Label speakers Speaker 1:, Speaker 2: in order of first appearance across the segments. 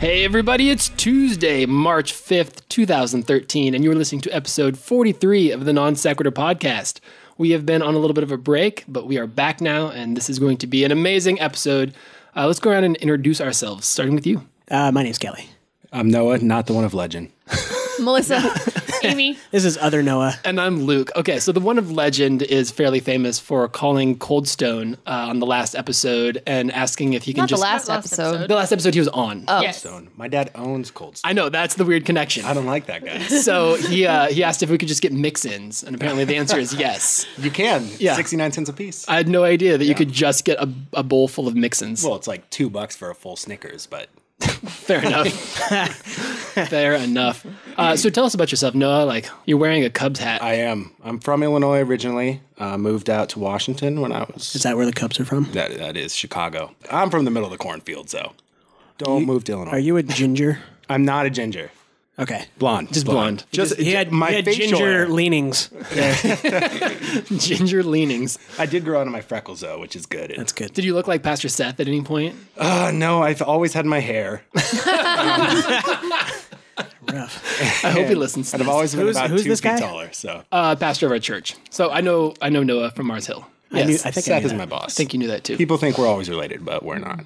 Speaker 1: Hey, everybody, it's Tuesday, March 5th, 2013, and you're listening to episode 43 of the Non Sequitur Podcast. We have been on a little bit of a break, but we are back now, and this is going to be an amazing episode. Uh, let's go around and introduce ourselves, starting with you.
Speaker 2: Uh, my name's Kelly.
Speaker 3: I'm Noah, not the one of legend.
Speaker 4: Melissa, Amy,
Speaker 2: This is other Noah.
Speaker 1: And I'm Luke. Okay, so the one of legend is fairly famous for calling Coldstone uh, on the last episode and asking if he can
Speaker 4: not the
Speaker 1: just.
Speaker 4: last, Oh.
Speaker 5: last
Speaker 4: episode.
Speaker 5: episode.
Speaker 1: the last episode he was on.
Speaker 5: Yes.
Speaker 3: Stone. My dad owns Cold Stone.
Speaker 1: I know, that's the weird connection.
Speaker 3: I don't like that guy.
Speaker 1: so he uh, he asked if we could just get mix-ins, and apparently the answer is yes.
Speaker 3: You can.
Speaker 1: Yeah.
Speaker 3: 69 cents a piece.
Speaker 1: I had no idea that you could just get a, a bowl full of mix-ins.
Speaker 3: well, it's like two bucks for a full Snickers, but
Speaker 1: Fair enough. Fair enough. Uh, so tell us about yourself, Noah. Like you're wearing a Cubs hat.
Speaker 3: I am. I'm from Illinois originally. Uh, moved out to Washington when I
Speaker 2: Is
Speaker 3: was.
Speaker 2: that where the Cubs are from?
Speaker 3: That, that is Chicago. I'm from the middle of the cornfield, so don't move to Illinois.
Speaker 2: Are you a ginger?
Speaker 3: I'm not a ginger.
Speaker 2: Okay.
Speaker 3: Blonde.
Speaker 1: Just blonde.
Speaker 3: Just
Speaker 2: He had,
Speaker 3: my
Speaker 2: he had
Speaker 3: facial
Speaker 2: ginger
Speaker 3: hair.
Speaker 2: leanings.
Speaker 1: Ginger leanings.
Speaker 3: I did grow out of my freckles though, which is good.
Speaker 2: That's good.
Speaker 1: Did you look like Pastor Seth at any point?
Speaker 3: Uh, no, I've always had my hair.
Speaker 2: Rough.
Speaker 1: I hope he listens to
Speaker 3: I've
Speaker 1: this.
Speaker 3: always been
Speaker 2: Who's-
Speaker 3: about
Speaker 2: who's
Speaker 3: two
Speaker 2: this
Speaker 3: feet
Speaker 2: guy?
Speaker 3: taller. So
Speaker 1: uh, pastor of our church. So I know I know Noah from Mars Hill.
Speaker 2: I, knew,
Speaker 3: Yes,
Speaker 2: I think I
Speaker 3: Seth
Speaker 2: knew
Speaker 3: is
Speaker 2: that.
Speaker 3: my
Speaker 1: I
Speaker 3: boss.
Speaker 1: think you knew that too.
Speaker 3: People think we're always related, but we're not.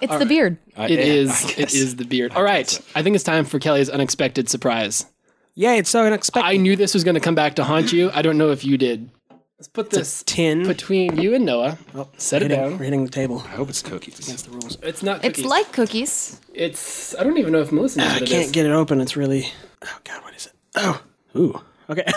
Speaker 4: It's the beard.
Speaker 1: It
Speaker 3: yeah,
Speaker 1: is.
Speaker 3: I
Speaker 1: It
Speaker 3: guess.
Speaker 1: is the beard. All right. I think it's time for Kelly's unexpected surprise.
Speaker 2: Yeah, it's so unexpected.
Speaker 1: I knew this was going to come back to haunt you. I don't know if you did. Let's put this
Speaker 2: Tin.
Speaker 1: between you and Noah. Set it
Speaker 2: hitting,
Speaker 1: down.
Speaker 2: We're hitting the table.
Speaker 3: I hope it's cookies.
Speaker 1: It's not.
Speaker 4: It's
Speaker 1: Cookies.
Speaker 4: like cookies.
Speaker 1: it's. I don't even know if Melissa
Speaker 3: Ah,
Speaker 1: knows what
Speaker 2: I
Speaker 1: it
Speaker 2: can't
Speaker 1: is.
Speaker 2: get it open. It's really. Oh, God, what is it? Oh. Ooh. Okay.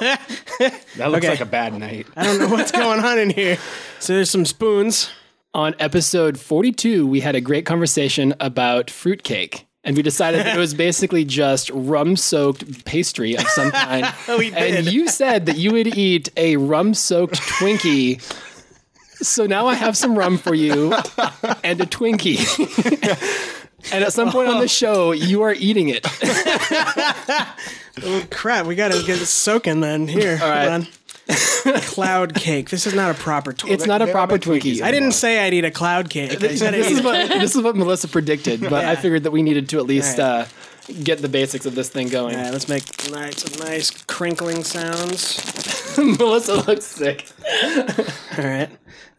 Speaker 3: That looks
Speaker 2: Okay.
Speaker 3: like a bad night.
Speaker 2: I don't know what's going on in here. So there's some spoons.
Speaker 1: On episode forty-two, we had a great conversation about fruitcake. And we decided that it was basically just rum-soaked pastry of some kind.
Speaker 3: Oh,
Speaker 2: we
Speaker 1: And you said that you would eat a rum-soaked Twinkie. So now I have some rum for you and a Twinkie. and at some point on the show, you are eating it.
Speaker 2: Oh, crap. We got to get it soaking then. Here. All
Speaker 1: right.
Speaker 2: cloud cake. This is not a proper Twinkie.
Speaker 1: It's not a
Speaker 3: They don't
Speaker 1: proper
Speaker 3: make Twinkies
Speaker 1: Twinkie.
Speaker 2: I didn't say I'd eat a cloud cake. I said I'd
Speaker 1: this
Speaker 2: eat
Speaker 1: is what this is what Melissa predicted, but I
Speaker 2: Yeah.
Speaker 1: figured that we needed to at least
Speaker 2: All
Speaker 1: uh, get the basics of this thing going.
Speaker 2: All right, let's make nice, some nice crinkling sounds.
Speaker 1: Melissa looks sick.
Speaker 2: All right.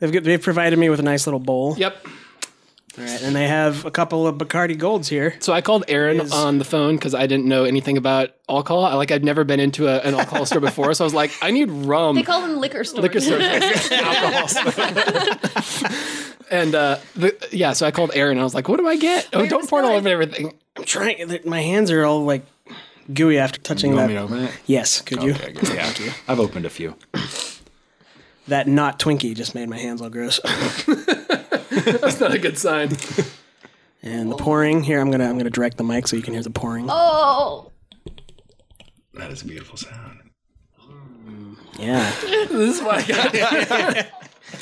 Speaker 2: They've, got- they've provided me with a nice little bowl.
Speaker 1: Yep.
Speaker 2: All right. And they have a couple of Bacardi Golds here.
Speaker 1: So I called Aaron
Speaker 2: Is-
Speaker 1: on the phone because I didn't know anything about alcohol. I, like I'd never been into a, an alcohol store before, so I was like, I need rum.
Speaker 4: They call them liquor stores.
Speaker 1: liquor store, alcohol store. and uh, the, yeah, so I called Aaron. I was like, what do I get? Oh,
Speaker 4: Where
Speaker 1: don't
Speaker 4: was
Speaker 1: pour it all
Speaker 4: that?
Speaker 1: over everything.
Speaker 2: I'm trying. th- My hands are all like gooey after touching
Speaker 3: You
Speaker 2: that.
Speaker 3: want me to open it?
Speaker 2: Yes, could you?
Speaker 3: Okay, good. Yeah, I've opened a few.
Speaker 2: That not Twinkie just made my hands all gross.
Speaker 1: That's not a good sign.
Speaker 2: and the pouring here, I'm gonna I'm gonna direct the mic so you can hear the pouring.
Speaker 4: Oh,
Speaker 3: That is a beautiful sound.
Speaker 2: Yeah.
Speaker 1: this is why I got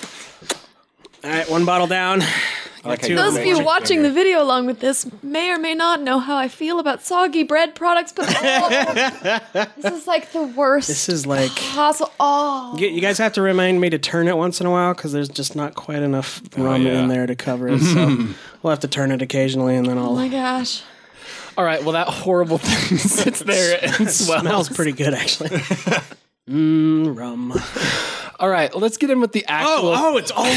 Speaker 2: All right, one bottle down.
Speaker 3: Like
Speaker 2: two
Speaker 4: those of you
Speaker 2: Magic
Speaker 4: watching the video along with this may or may not know how I feel about soggy bread products, but oh, this is like the worst
Speaker 2: This is like
Speaker 4: possible. Oh,
Speaker 2: you you guys have to remind me to turn it once in a while because there's just not quite enough rum
Speaker 3: yeah.
Speaker 2: in there to cover it. So we'll have to turn it occasionally, and then I'll.
Speaker 4: oh my gosh.
Speaker 1: All right, well, that horrible thing sits there and swells.
Speaker 2: smells pretty good actually. Mmm, rum.
Speaker 1: All right, let's get in with the actual.
Speaker 2: Oh, oh, it's all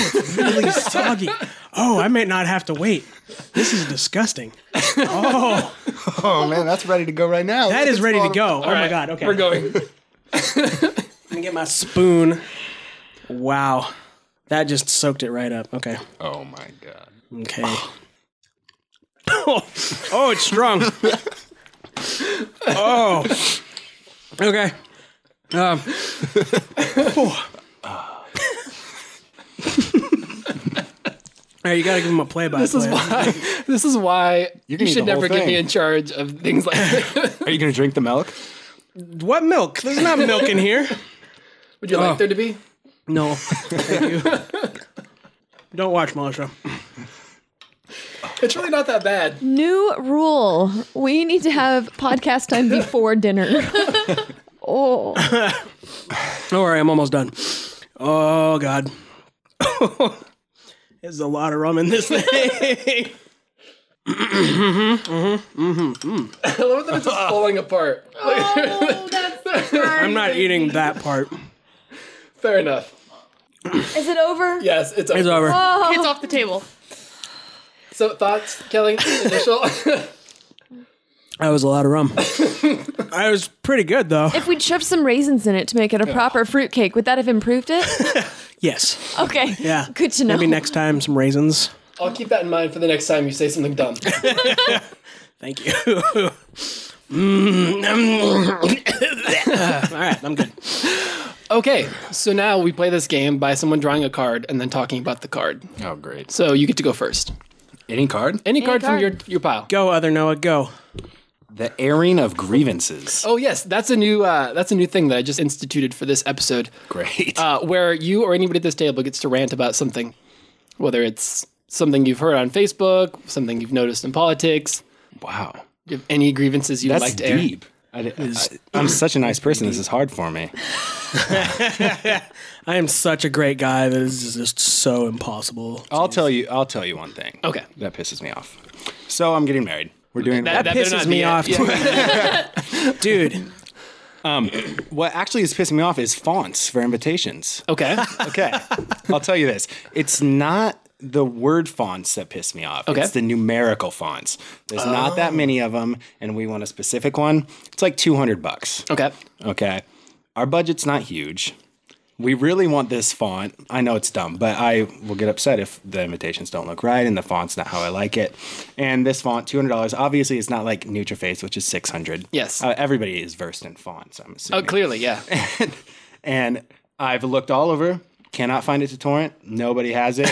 Speaker 2: really soggy. Oh, I may not have to wait. This is disgusting. Oh,
Speaker 3: Oh man, that's ready to go right now.
Speaker 2: that is ready to go. Oh
Speaker 1: All right,
Speaker 2: my god. Okay,
Speaker 1: We're going.
Speaker 2: Let me get my spoon. Wow, that just soaked it right up. Okay.
Speaker 3: Oh my god.
Speaker 2: Okay. oh, it's strong. oh. Okay. Um. oh. All right, you gotta give him a play-by-play.
Speaker 1: This is why. This is why you,
Speaker 3: You can eat
Speaker 1: should
Speaker 3: the whole
Speaker 1: never get
Speaker 3: thing.
Speaker 1: me in charge of things like. this.
Speaker 3: Are you gonna drink the milk?
Speaker 2: What milk? There's not milk in here.
Speaker 1: Would you
Speaker 3: Oh.
Speaker 1: like there to be?
Speaker 2: No, thank you. Don't watch Melissa.
Speaker 1: It's really not that bad.
Speaker 4: New rule. We need to have podcast time before dinner. oh,
Speaker 2: Don't worry, I'm almost done. Oh God, there's a lot of rum in this thing.
Speaker 1: I love that it's just falling apart.
Speaker 4: Oh, that's
Speaker 2: I'm not eating that part.
Speaker 1: Fair enough.
Speaker 4: Is it over?
Speaker 1: Yes, it's over.
Speaker 2: It's over.
Speaker 4: Oh,
Speaker 5: It's off the table.
Speaker 1: So thoughts, Kelly? Initial.
Speaker 2: That was a lot of rum. I was pretty good though.
Speaker 4: if we shoved some raisins in it to make it a proper fruitcake, would that have improved it?
Speaker 2: Yes.
Speaker 4: Okay.
Speaker 2: Yeah.
Speaker 4: Good to know.
Speaker 2: Maybe next time some raisins.
Speaker 1: I'll keep that in mind for the next time you say something dumb.
Speaker 2: Thank you. Mm, mm. All right, I'm good.
Speaker 1: Okay, so now we play this game by someone drawing a card and then talking about the card.
Speaker 3: Oh, great.
Speaker 1: So you get to go first.
Speaker 3: Any card?
Speaker 1: Any, card, from
Speaker 4: card.
Speaker 1: your, your pile.
Speaker 2: Go, other Noah. Go.
Speaker 3: The airing of grievances.
Speaker 1: Oh yes, that's a new uh, that's a new thing that I just instituted for this episode,
Speaker 3: Great.
Speaker 1: uh, where you or anybody at this table gets to rant about something, whether it's something you've heard on Facebook, something you've noticed in politics,
Speaker 3: wow.
Speaker 1: if any grievances you'd
Speaker 3: That's
Speaker 1: like to air.
Speaker 3: deep. I, am such a nice person. This is hard for me.
Speaker 2: I am such a great guy that is just so impossible.
Speaker 1: Oh.
Speaker 3: I'll tell you. I'll tell you one thing.
Speaker 1: Okay.
Speaker 3: That pisses me off. So I'm getting married. We're doing
Speaker 1: That- that better
Speaker 2: pisses
Speaker 1: not be
Speaker 2: me
Speaker 1: it.
Speaker 2: off,
Speaker 1: Yeah.
Speaker 2: dude.
Speaker 3: what actually is pissing me off is fonts for invitations.
Speaker 1: Okay.
Speaker 3: Okay. I'll tell you this. It's not the word fonts that piss me off.
Speaker 1: Okay. Oh.
Speaker 3: It's the numerical fonts. There's not that many of them, and we want a specific one. It's like 200 bucks.
Speaker 1: Okay.
Speaker 3: Okay. Our budget's not huge. We really want this font. I know it's dumb, but I will get upset if the invitations don't look right and the font's not how I like it. And this font, two hundred dollars. Obviously, it's not like NutriFace, which is six hundred.
Speaker 1: Yes.
Speaker 3: uh, everybody is versed in fonts. I'm assuming.
Speaker 1: Oh, clearly, yeah.
Speaker 3: And I've looked all over, cannot find it to torrent. Nobody has it.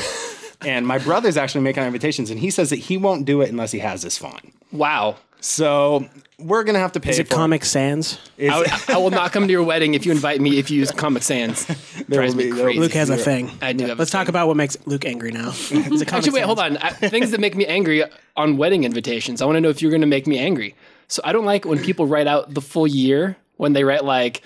Speaker 3: and my brother's actually making invitations, and he says that he won't do it unless he has this font.
Speaker 1: Wow.
Speaker 3: So we're gonna have to pay
Speaker 2: Is it
Speaker 3: for
Speaker 2: Comic Sans?
Speaker 3: It. Is-
Speaker 1: I, would- I will not come to your wedding if you invite me if you use Comic Sans.
Speaker 3: there
Speaker 1: drives
Speaker 3: will
Speaker 1: me
Speaker 3: be- there will be
Speaker 1: crazy.
Speaker 2: Luke has a thing.
Speaker 1: I do have a
Speaker 2: Let's talk
Speaker 1: thing.
Speaker 2: about what makes Luke angry now. It's a Comic
Speaker 1: Actually, wait,
Speaker 2: Sans.
Speaker 1: hold on. I, things that make me angry on wedding invitations. I want to know if you're going to make me angry. So I don't like when people write out the full year when they write like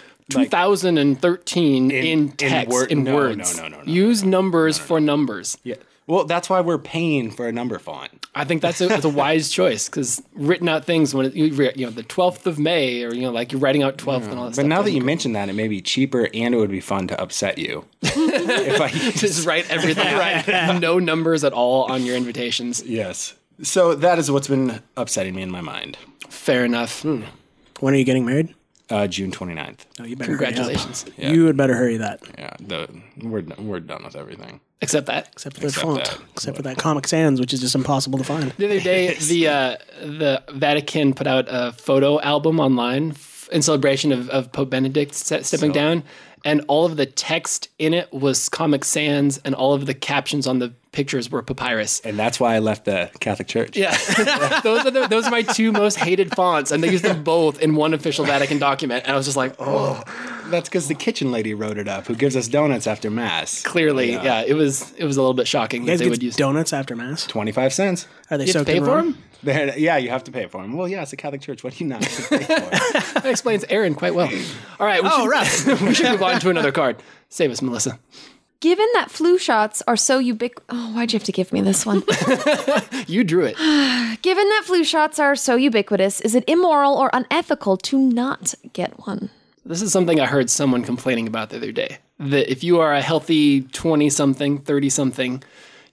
Speaker 1: 2013 in,
Speaker 3: in
Speaker 1: text in,
Speaker 3: wor- no, no,
Speaker 1: words.
Speaker 3: no, no, no,
Speaker 1: Use numbers for numbers.
Speaker 3: Yeah. Well, that's why we're paying for a number font.
Speaker 1: I think that's a, that's a wise choice because written out things when it, you, re- you know the 12th of May or you know like you're writing out 12th and all that
Speaker 3: But
Speaker 1: stuff.
Speaker 3: now that you mention that, it may be cheaper and it would be fun to upset you. if I
Speaker 1: just write everything right. No numbers at all on your invitations.
Speaker 3: yes. So that is what's been upsetting me in my mind.
Speaker 1: Fair enough. Hmm,
Speaker 2: When are you getting married?
Speaker 3: Uh, June 29th.
Speaker 2: Oh, you better hurry up.
Speaker 1: Congratulations.
Speaker 2: You would better hurry that.
Speaker 3: Yeah, the, we're we're done with everything.
Speaker 1: Except that.
Speaker 2: Except for the font.
Speaker 3: that.
Speaker 2: Except for that Comic Sans, which is just impossible to find.
Speaker 1: The other day, the uh, the Vatican put out a photo album online f- in celebration of, of Pope Benedict se- stepping down, and all of the text in it was Comic Sans, and all of the captions on the pictures were papyrus.
Speaker 3: And that's why I left the Catholic Church.
Speaker 1: Yeah, those are the, those are my two most hated fonts, and they used them both in one official Vatican document. And I was just like, oh,
Speaker 3: That's because the kitchen lady wrote it up, who gives us donuts after mass.
Speaker 1: clearly, yeah. it was it was a little bit shocking
Speaker 2: You
Speaker 1: that they
Speaker 2: guys
Speaker 1: would use.
Speaker 2: get donuts after mass?
Speaker 3: Twenty-five cents.
Speaker 2: Are they
Speaker 1: You have
Speaker 2: soaked
Speaker 1: to pay
Speaker 2: in
Speaker 1: for
Speaker 2: rum?
Speaker 1: them.
Speaker 3: There- yeah, you have to pay for them. Well, yeah, it's a Catholic Church. What do you not have to pay for?
Speaker 1: That explains Aaron quite well. All right, we, should, we should move on to another card. Save us, Melissa.
Speaker 4: Given that flu shots are so ubiqu oh, why'd you have to give me this one?
Speaker 1: You drew it.
Speaker 4: Given that flu shots are so ubiquitous, is it immoral or unethical to not get one?
Speaker 1: This is something I heard someone complaining about the other day. That if you are a healthy 20 something, 30 something,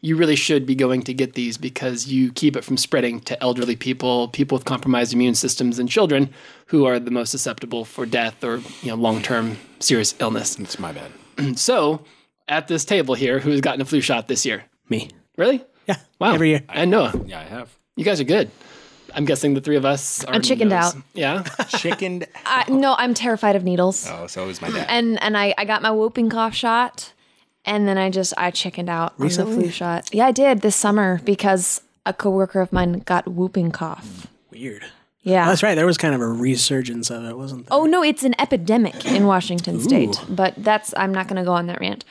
Speaker 1: you really should be going to get these because you keep it from spreading to elderly people, people with compromised immune systems, and children who are the most susceptible for death or you know, long term serious illness.
Speaker 3: it's my bad.
Speaker 1: So, at this table here, who has gotten a flu shot this year?
Speaker 2: Me.
Speaker 1: Really?
Speaker 2: Yeah.
Speaker 1: Wow.
Speaker 2: Every year.
Speaker 1: And Noah,
Speaker 3: Yeah, I have
Speaker 1: you guys are good. I'm guessing the three of us are.
Speaker 4: I'm chickened
Speaker 1: no's.
Speaker 4: out.
Speaker 1: Yeah.
Speaker 3: chickened.
Speaker 4: I,
Speaker 2: Uh-huh.
Speaker 4: no, I'm terrified of needles.
Speaker 3: Oh, so is my dad.
Speaker 4: And and I, I got my whooping cough shot and then I just I chickened out on the flu shot. Yeah, I did this summer because a coworker of mine got whooping cough.
Speaker 2: Weird. Oh,
Speaker 4: Yeah.
Speaker 2: That's right. There was kind of a resurgence of it, wasn't there?
Speaker 4: Oh no, it's an epidemic in Washington State. But that's I'm not going to go on that rant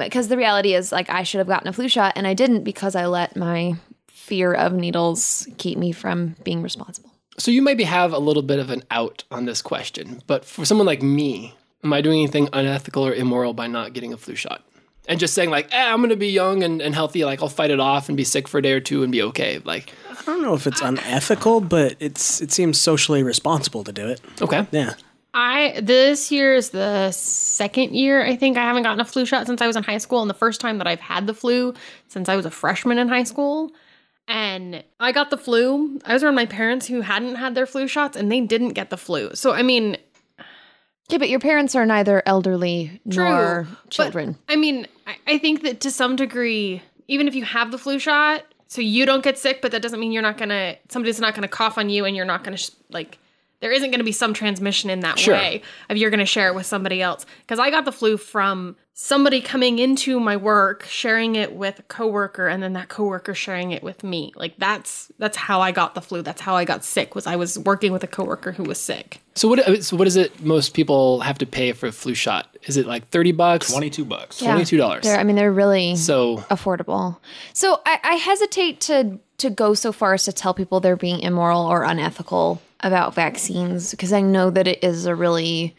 Speaker 4: because the reality is like I should have gotten a flu shot and I didn't because I let my fear of needles keep me from being responsible.
Speaker 1: So you maybe have a little bit of an out on this question, but for someone like me, am I doing anything unethical or immoral by not getting a flu shot? and just saying like, eh, I'm gonna be young and, and healthy, like I'll fight it off and be sick for a day or two and be okay. Like,
Speaker 2: I don't know if it's unethical, but it's it seems socially responsible to do it.
Speaker 1: okay,
Speaker 2: Yeah.
Speaker 5: I this year is the second year I think I haven't gotten a flu shot since I was in high school, and the first time that I've had the flu since I was a freshman in high school. And I got the flu. I was around my parents who hadn't had their flu shots, and they didn't get the flu. So I mean,
Speaker 4: Yeah, but your parents are neither elderly
Speaker 5: True,
Speaker 4: nor
Speaker 5: but,
Speaker 4: children.
Speaker 5: I mean, I, I think that to some degree, even if you have the flu shot, so you don't get sick, but that doesn't mean you're not gonna. Somebody's not gonna cough on you, and you're not gonna sh- like. There isn't gonna be some transmission in that
Speaker 1: Sure.
Speaker 5: way of you're gonna share it with somebody else. Because I got the flu from somebody coming into my work, sharing it with a coworker, and then that coworker sharing it with me. Like that's that's how I got the flu. That's how I got sick. Was I was working with a coworker who was sick.
Speaker 1: So what? uh, So what is it? Most people have to pay for a flu shot. Is it like thirty bucks?
Speaker 3: Twenty-two bucks.
Speaker 4: Yeah.
Speaker 1: $22.
Speaker 4: They're- I mean, they're really
Speaker 1: So
Speaker 4: affordable. So I, I hesitate to to go so far as to tell people they're being immoral or unethical about vaccines because I know that it is a really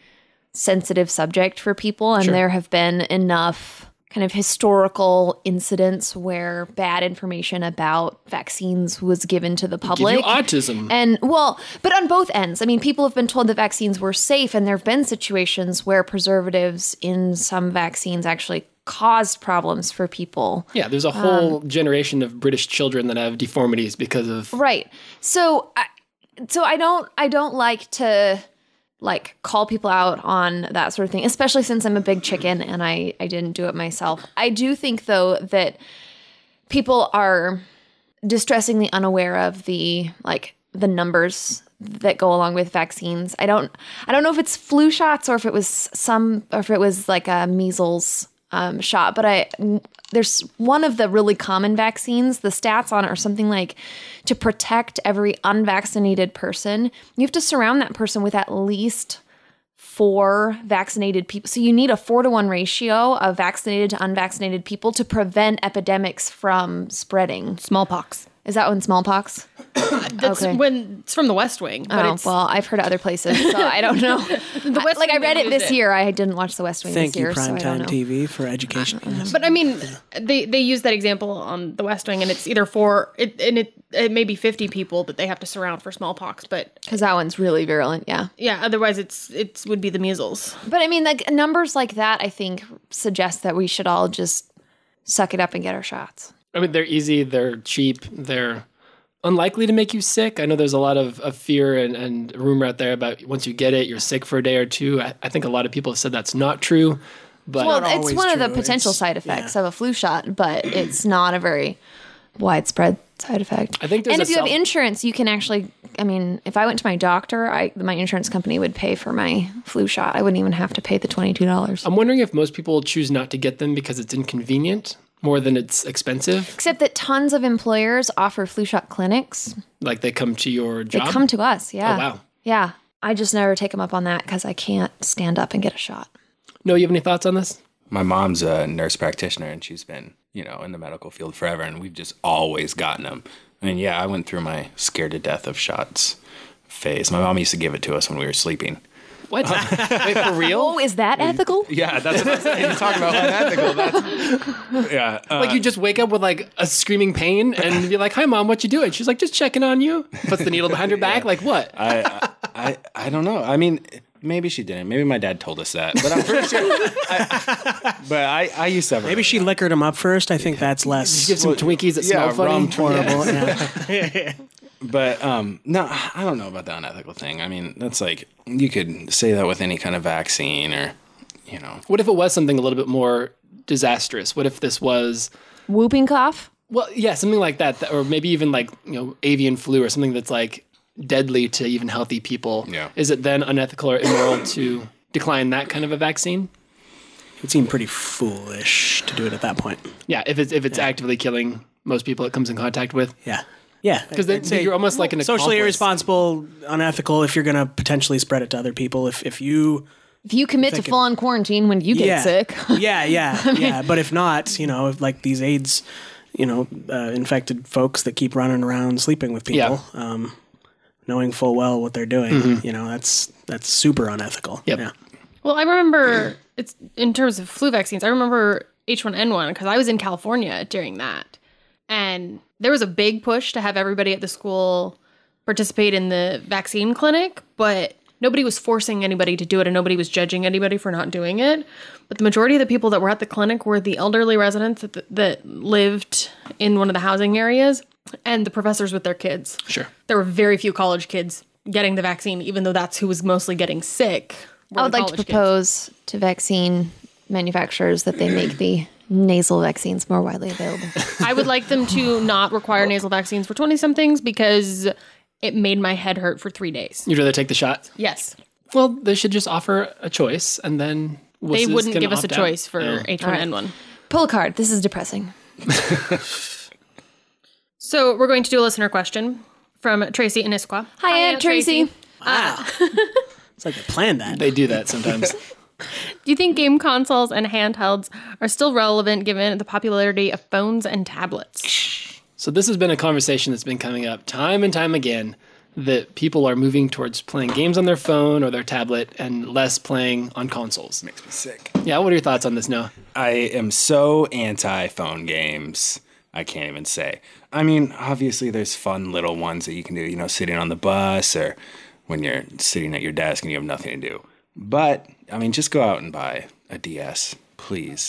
Speaker 4: sensitive subject for people, and there have been enough kind of historical incidents where bad information about vaccines was given to the
Speaker 1: give
Speaker 4: public.
Speaker 1: you autism.
Speaker 4: And well, but on both ends. I mean, people have been told that vaccines were safe, and there have been situations where preservatives in some vaccines actually caused problems for people.
Speaker 1: yeah, there's a whole generation of British children that have deformities because of
Speaker 4: Right. So, I, so I don't, I don't like to like call people out on that sort of thing, especially since I'm a big chicken and I, I didn't do it myself. I do think though that people are distressingly unaware of the like the numbers that go along with vaccines. I don't I don't know if it's flu shots or if it was some or if it was like a measles um, shot, but I there's one of the really common vaccines. The stats on it are something like to protect every unvaccinated person, you have to surround that person with at least four vaccinated people. So you need a four to one ratio of vaccinated to unvaccinated people to prevent epidemics from spreading.
Speaker 5: Smallpox.
Speaker 4: Is that when smallpox?
Speaker 5: That's
Speaker 4: Okay.
Speaker 5: when it's from the West Wing, but
Speaker 4: oh,
Speaker 5: it's
Speaker 4: well, I've heard of other places, so I don't know.
Speaker 5: the West
Speaker 4: like I
Speaker 5: Wing
Speaker 4: read
Speaker 5: they
Speaker 4: it
Speaker 5: use
Speaker 4: this year. I didn't watch The West Wing
Speaker 2: Thank
Speaker 4: this year,
Speaker 2: you,
Speaker 4: so I don't know.
Speaker 2: primetime TV, for education.
Speaker 5: But I mean, they they use that example on the West Wing, and it's either for it, and it it may be fifty people that they have to surround for smallpox, but
Speaker 4: Because that one's really virulent, yeah.
Speaker 5: yeah, otherwise it's it would be the measles.
Speaker 4: But I mean, like numbers like that, I think suggest that we should all just suck it up and get our shots.
Speaker 1: I mean, they're easy, they're cheap, they're unlikely to make you sick. I know there's a lot of, of fear and, and rumor out there about once you get it, you're sick for a day or two. I, I think a lot of people have said that's not true. But
Speaker 4: Well, it's
Speaker 2: always
Speaker 4: one of the
Speaker 2: true.
Speaker 4: potential
Speaker 2: It's-
Speaker 4: side effects of a flu shot, but it's not a very widespread side effect.
Speaker 1: I think there's
Speaker 4: and
Speaker 1: a
Speaker 4: if you
Speaker 1: self-
Speaker 4: have insurance, you can actually. I mean, if I went to my doctor, I my insurance company would pay for my flu shot. I wouldn't even have to pay the twenty two dollars.
Speaker 1: I'm wondering if most people choose not to get them because it's inconvenient more than it's expensive.
Speaker 4: Except that tons of employers offer flu shot clinics.
Speaker 1: Like they come to your
Speaker 4: They
Speaker 1: job.
Speaker 4: come to us. Yeah.
Speaker 1: oh, wow.
Speaker 4: Yeah. I just never take them up on that because I can't stand up and get a shot.
Speaker 1: No, you have any thoughts on this?
Speaker 3: My mom's a nurse practitioner, and she's been, you know, in the medical field forever, and we've just always gotten them. I mean, yeah, I went through my scared to death of shots phase. My mom used to give it to us when we were sleeping.
Speaker 1: What? Wait, for real?
Speaker 4: Oh, is that ethical?
Speaker 3: Yeah, that's what I'm saying. You talk about unethical. That's, yeah, uh,
Speaker 1: Like you just wake up with like a screaming pain and be like, "Hi, mom, what you doing?" She's like, "Just checking on you." Puts the needle behind her back. Like what?
Speaker 3: I, I, I don't know. I mean, maybe she didn't. Maybe my dad told us that, but I'm pretty sure. I, but I, I used to have. a-
Speaker 2: Maybe she liquored him up first. I think that's less
Speaker 1: Give some Twinkies that smell
Speaker 3: yeah,
Speaker 1: funny.
Speaker 3: rum twirl.
Speaker 2: horrible. yeah.
Speaker 3: But um, no, I don't know about the unethical thing. I mean, that's like you could say that with any kind of vaccine or, you know,
Speaker 1: What if it was something a little bit more disastrous? What if this was
Speaker 4: Whooping cough?
Speaker 1: well, yeah, something like that, that- or maybe even like you know avian flu or something that's like deadly to even healthy people.
Speaker 3: Yeah.
Speaker 1: Is it then unethical or immoral to decline that kind of a vaccine?
Speaker 2: It seemed pretty foolish to do it at that point.
Speaker 1: Yeah, if it's if it's actively killing most people it comes in contact with,
Speaker 2: Yeah. Yeah.
Speaker 1: because then you're almost like an
Speaker 2: socially
Speaker 1: accomplice.
Speaker 2: irresponsible, unethical if you're going to potentially spread it to other people. If, if you.
Speaker 4: If you commit to full on quarantine when you get
Speaker 2: yeah.
Speaker 4: sick,
Speaker 2: yeah, yeah, yeah. But if not, you know, if, like these AIDS, you know, uh, infected folks that keep running around sleeping with people, um, knowing full well what they're doing, you know, that's that's super unethical.
Speaker 1: Yep.
Speaker 2: Yeah.
Speaker 5: Well, I remember it's in terms of flu vaccines. I remember H1N1 because I was in California during that. And there was a big push to have everybody at the school participate in the vaccine clinic, but nobody was forcing anybody to do it and nobody was judging anybody for not doing it. But the majority of the people that were at the clinic were the elderly residents that, that lived in one of the housing areas and the professors with their kids.
Speaker 1: Sure.
Speaker 5: There were very few college kids getting the vaccine, even though that's who was mostly getting sick. were
Speaker 4: I would
Speaker 5: the
Speaker 4: like to
Speaker 5: college kids.
Speaker 4: propose to vaccine manufacturers that they make the nasal vaccines more widely available.
Speaker 5: I would like them to not require nasal vaccines for 20 somethings because it made my head hurt for three days.
Speaker 1: You'd rather take the shot?
Speaker 5: Yes.
Speaker 1: Well, they should just offer a choice and then.
Speaker 5: They
Speaker 1: wusses
Speaker 5: wouldn't
Speaker 1: can
Speaker 5: give us a
Speaker 1: opt out.
Speaker 5: choice for
Speaker 1: Yeah.
Speaker 5: H1N1.
Speaker 4: Pull a card. This is depressing.
Speaker 5: So we're going to do a listener question from Tracy Inisqua.
Speaker 4: Hi, Aunt, Tracy.
Speaker 2: It's like I planned that.
Speaker 1: They do that sometimes.
Speaker 5: Do you think game consoles and handhelds are still relevant given the popularity of phones and tablets?
Speaker 1: So this has been a conversation that's been coming up time and time again that people are moving towards playing games on their phone or their tablet and less playing on consoles.
Speaker 3: Makes me sick.
Speaker 1: Yeah, what are your thoughts on this, Noah?
Speaker 3: I am so anti phone games. I can't even say. I mean, obviously, there's fun little ones that you can do, you know, sitting on the bus or when you're sitting at your desk and you have nothing to do. But, I mean, just go out and buy a DS, please.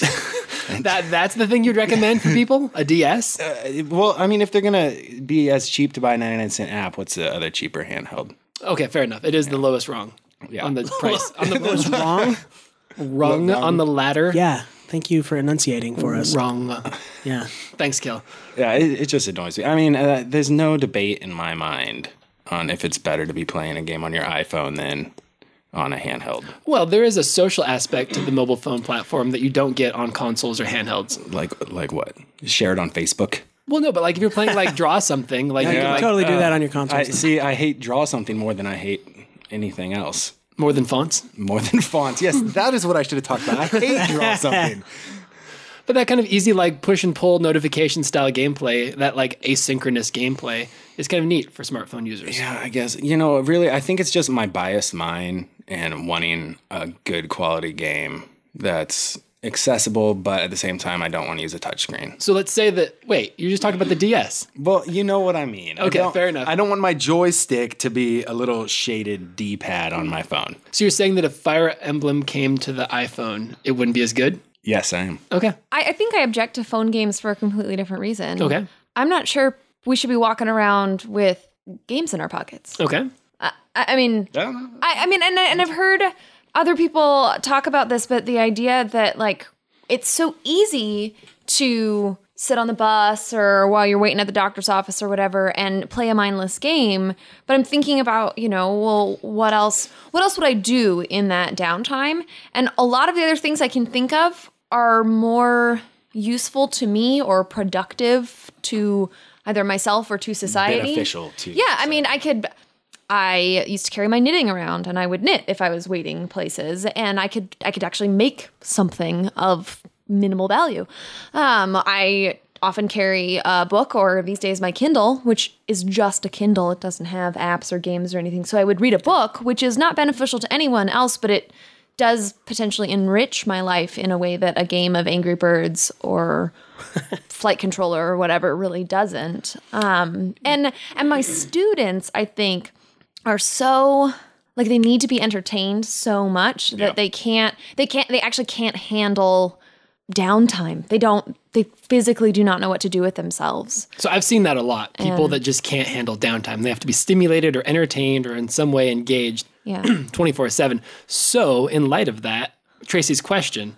Speaker 1: That that's the thing you'd recommend for people? A DS?
Speaker 3: well, I mean, if they're going to be as cheap to buy a 99 cent app, what's the other cheaper handheld?
Speaker 1: Okay, fair enough. It is the lowest rung
Speaker 3: Yeah.
Speaker 1: on the price. On the lowest
Speaker 2: Wrong?
Speaker 1: rung on the ladder.
Speaker 2: Yeah. Thank you for enunciating for us.
Speaker 1: Rung.
Speaker 2: Yeah.
Speaker 1: Thanks, Kel.
Speaker 3: Yeah, it, it just annoys me. I mean, uh, there's no debate in my mind on if it's better to be playing a game on your iPhone than on a handheld.
Speaker 1: Well, there is a social aspect to the mobile phone platform that you don't get on consoles or handhelds.
Speaker 3: Like, like what? Share it on Facebook.
Speaker 1: Well, no, but like if you're playing like draw something, like,
Speaker 2: You
Speaker 1: you're,
Speaker 2: can
Speaker 1: like
Speaker 2: totally do that on your console.
Speaker 3: I see. I hate draw something more than I hate anything else.
Speaker 1: more than fonts.
Speaker 3: More than fonts. Yes, that is what I should have talked about. I hate draw something.
Speaker 1: But that kind of easy, like push and pull notification style gameplay, that like asynchronous gameplay, is kind of neat for smartphone users.
Speaker 3: Yeah, I guess you know. Really, I think it's just my biased mind and wanting a good quality game that's accessible, but at the same time, I don't want to use a touchscreen.
Speaker 1: So let's say that. Wait, you're just talking about the DS.
Speaker 3: Well, you know what I mean. I
Speaker 1: Okay,
Speaker 3: don't-
Speaker 1: fair enough.
Speaker 3: I don't want my joystick to be a little shaded D-pad on my phone.
Speaker 1: So you're saying that if Fire Emblem came to the iPhone, it wouldn't be as good?
Speaker 3: Yes, I am.
Speaker 1: Okay.
Speaker 4: I, I think I object to phone games for a completely different reason.
Speaker 1: Okay.
Speaker 4: I'm not sure we should be walking around with games in our pockets.
Speaker 1: Okay.
Speaker 4: I, I mean,
Speaker 3: I don't know.
Speaker 4: I, I mean, and, I- and I've heard other people talk about this, but the idea that like it's so easy to sit on the bus or while you're waiting at the doctor's office or whatever and play a mindless game. But I'm thinking about you know, well, what else? What else would I do in that downtime? And a lot of the other things I can think of are more useful to me or productive to either myself or to society.
Speaker 3: Beneficial to
Speaker 4: Yeah, I mean, I could. I used to carry my knitting around, and I would knit if I was waiting places, and I could I could actually make something of minimal value. Um, I often carry a book, or these days my Kindle, which is just a Kindle. It doesn't have apps or games or anything, so I would read a book, which is not beneficial to anyone else, but it does potentially enrich my life in a way that a game of Angry Birds or flight controller or whatever really doesn't. Um, and and my students, I think, are so like they need to be entertained so much that they can't they can't they actually can't handle downtime. They don't they physically do not know what to do with themselves.
Speaker 1: So I've seen that a lot. People that just can't handle downtime. They have to be stimulated or entertained or in some way engaged
Speaker 4: Yeah.
Speaker 1: 24 7. So, in light of that, Tracy's question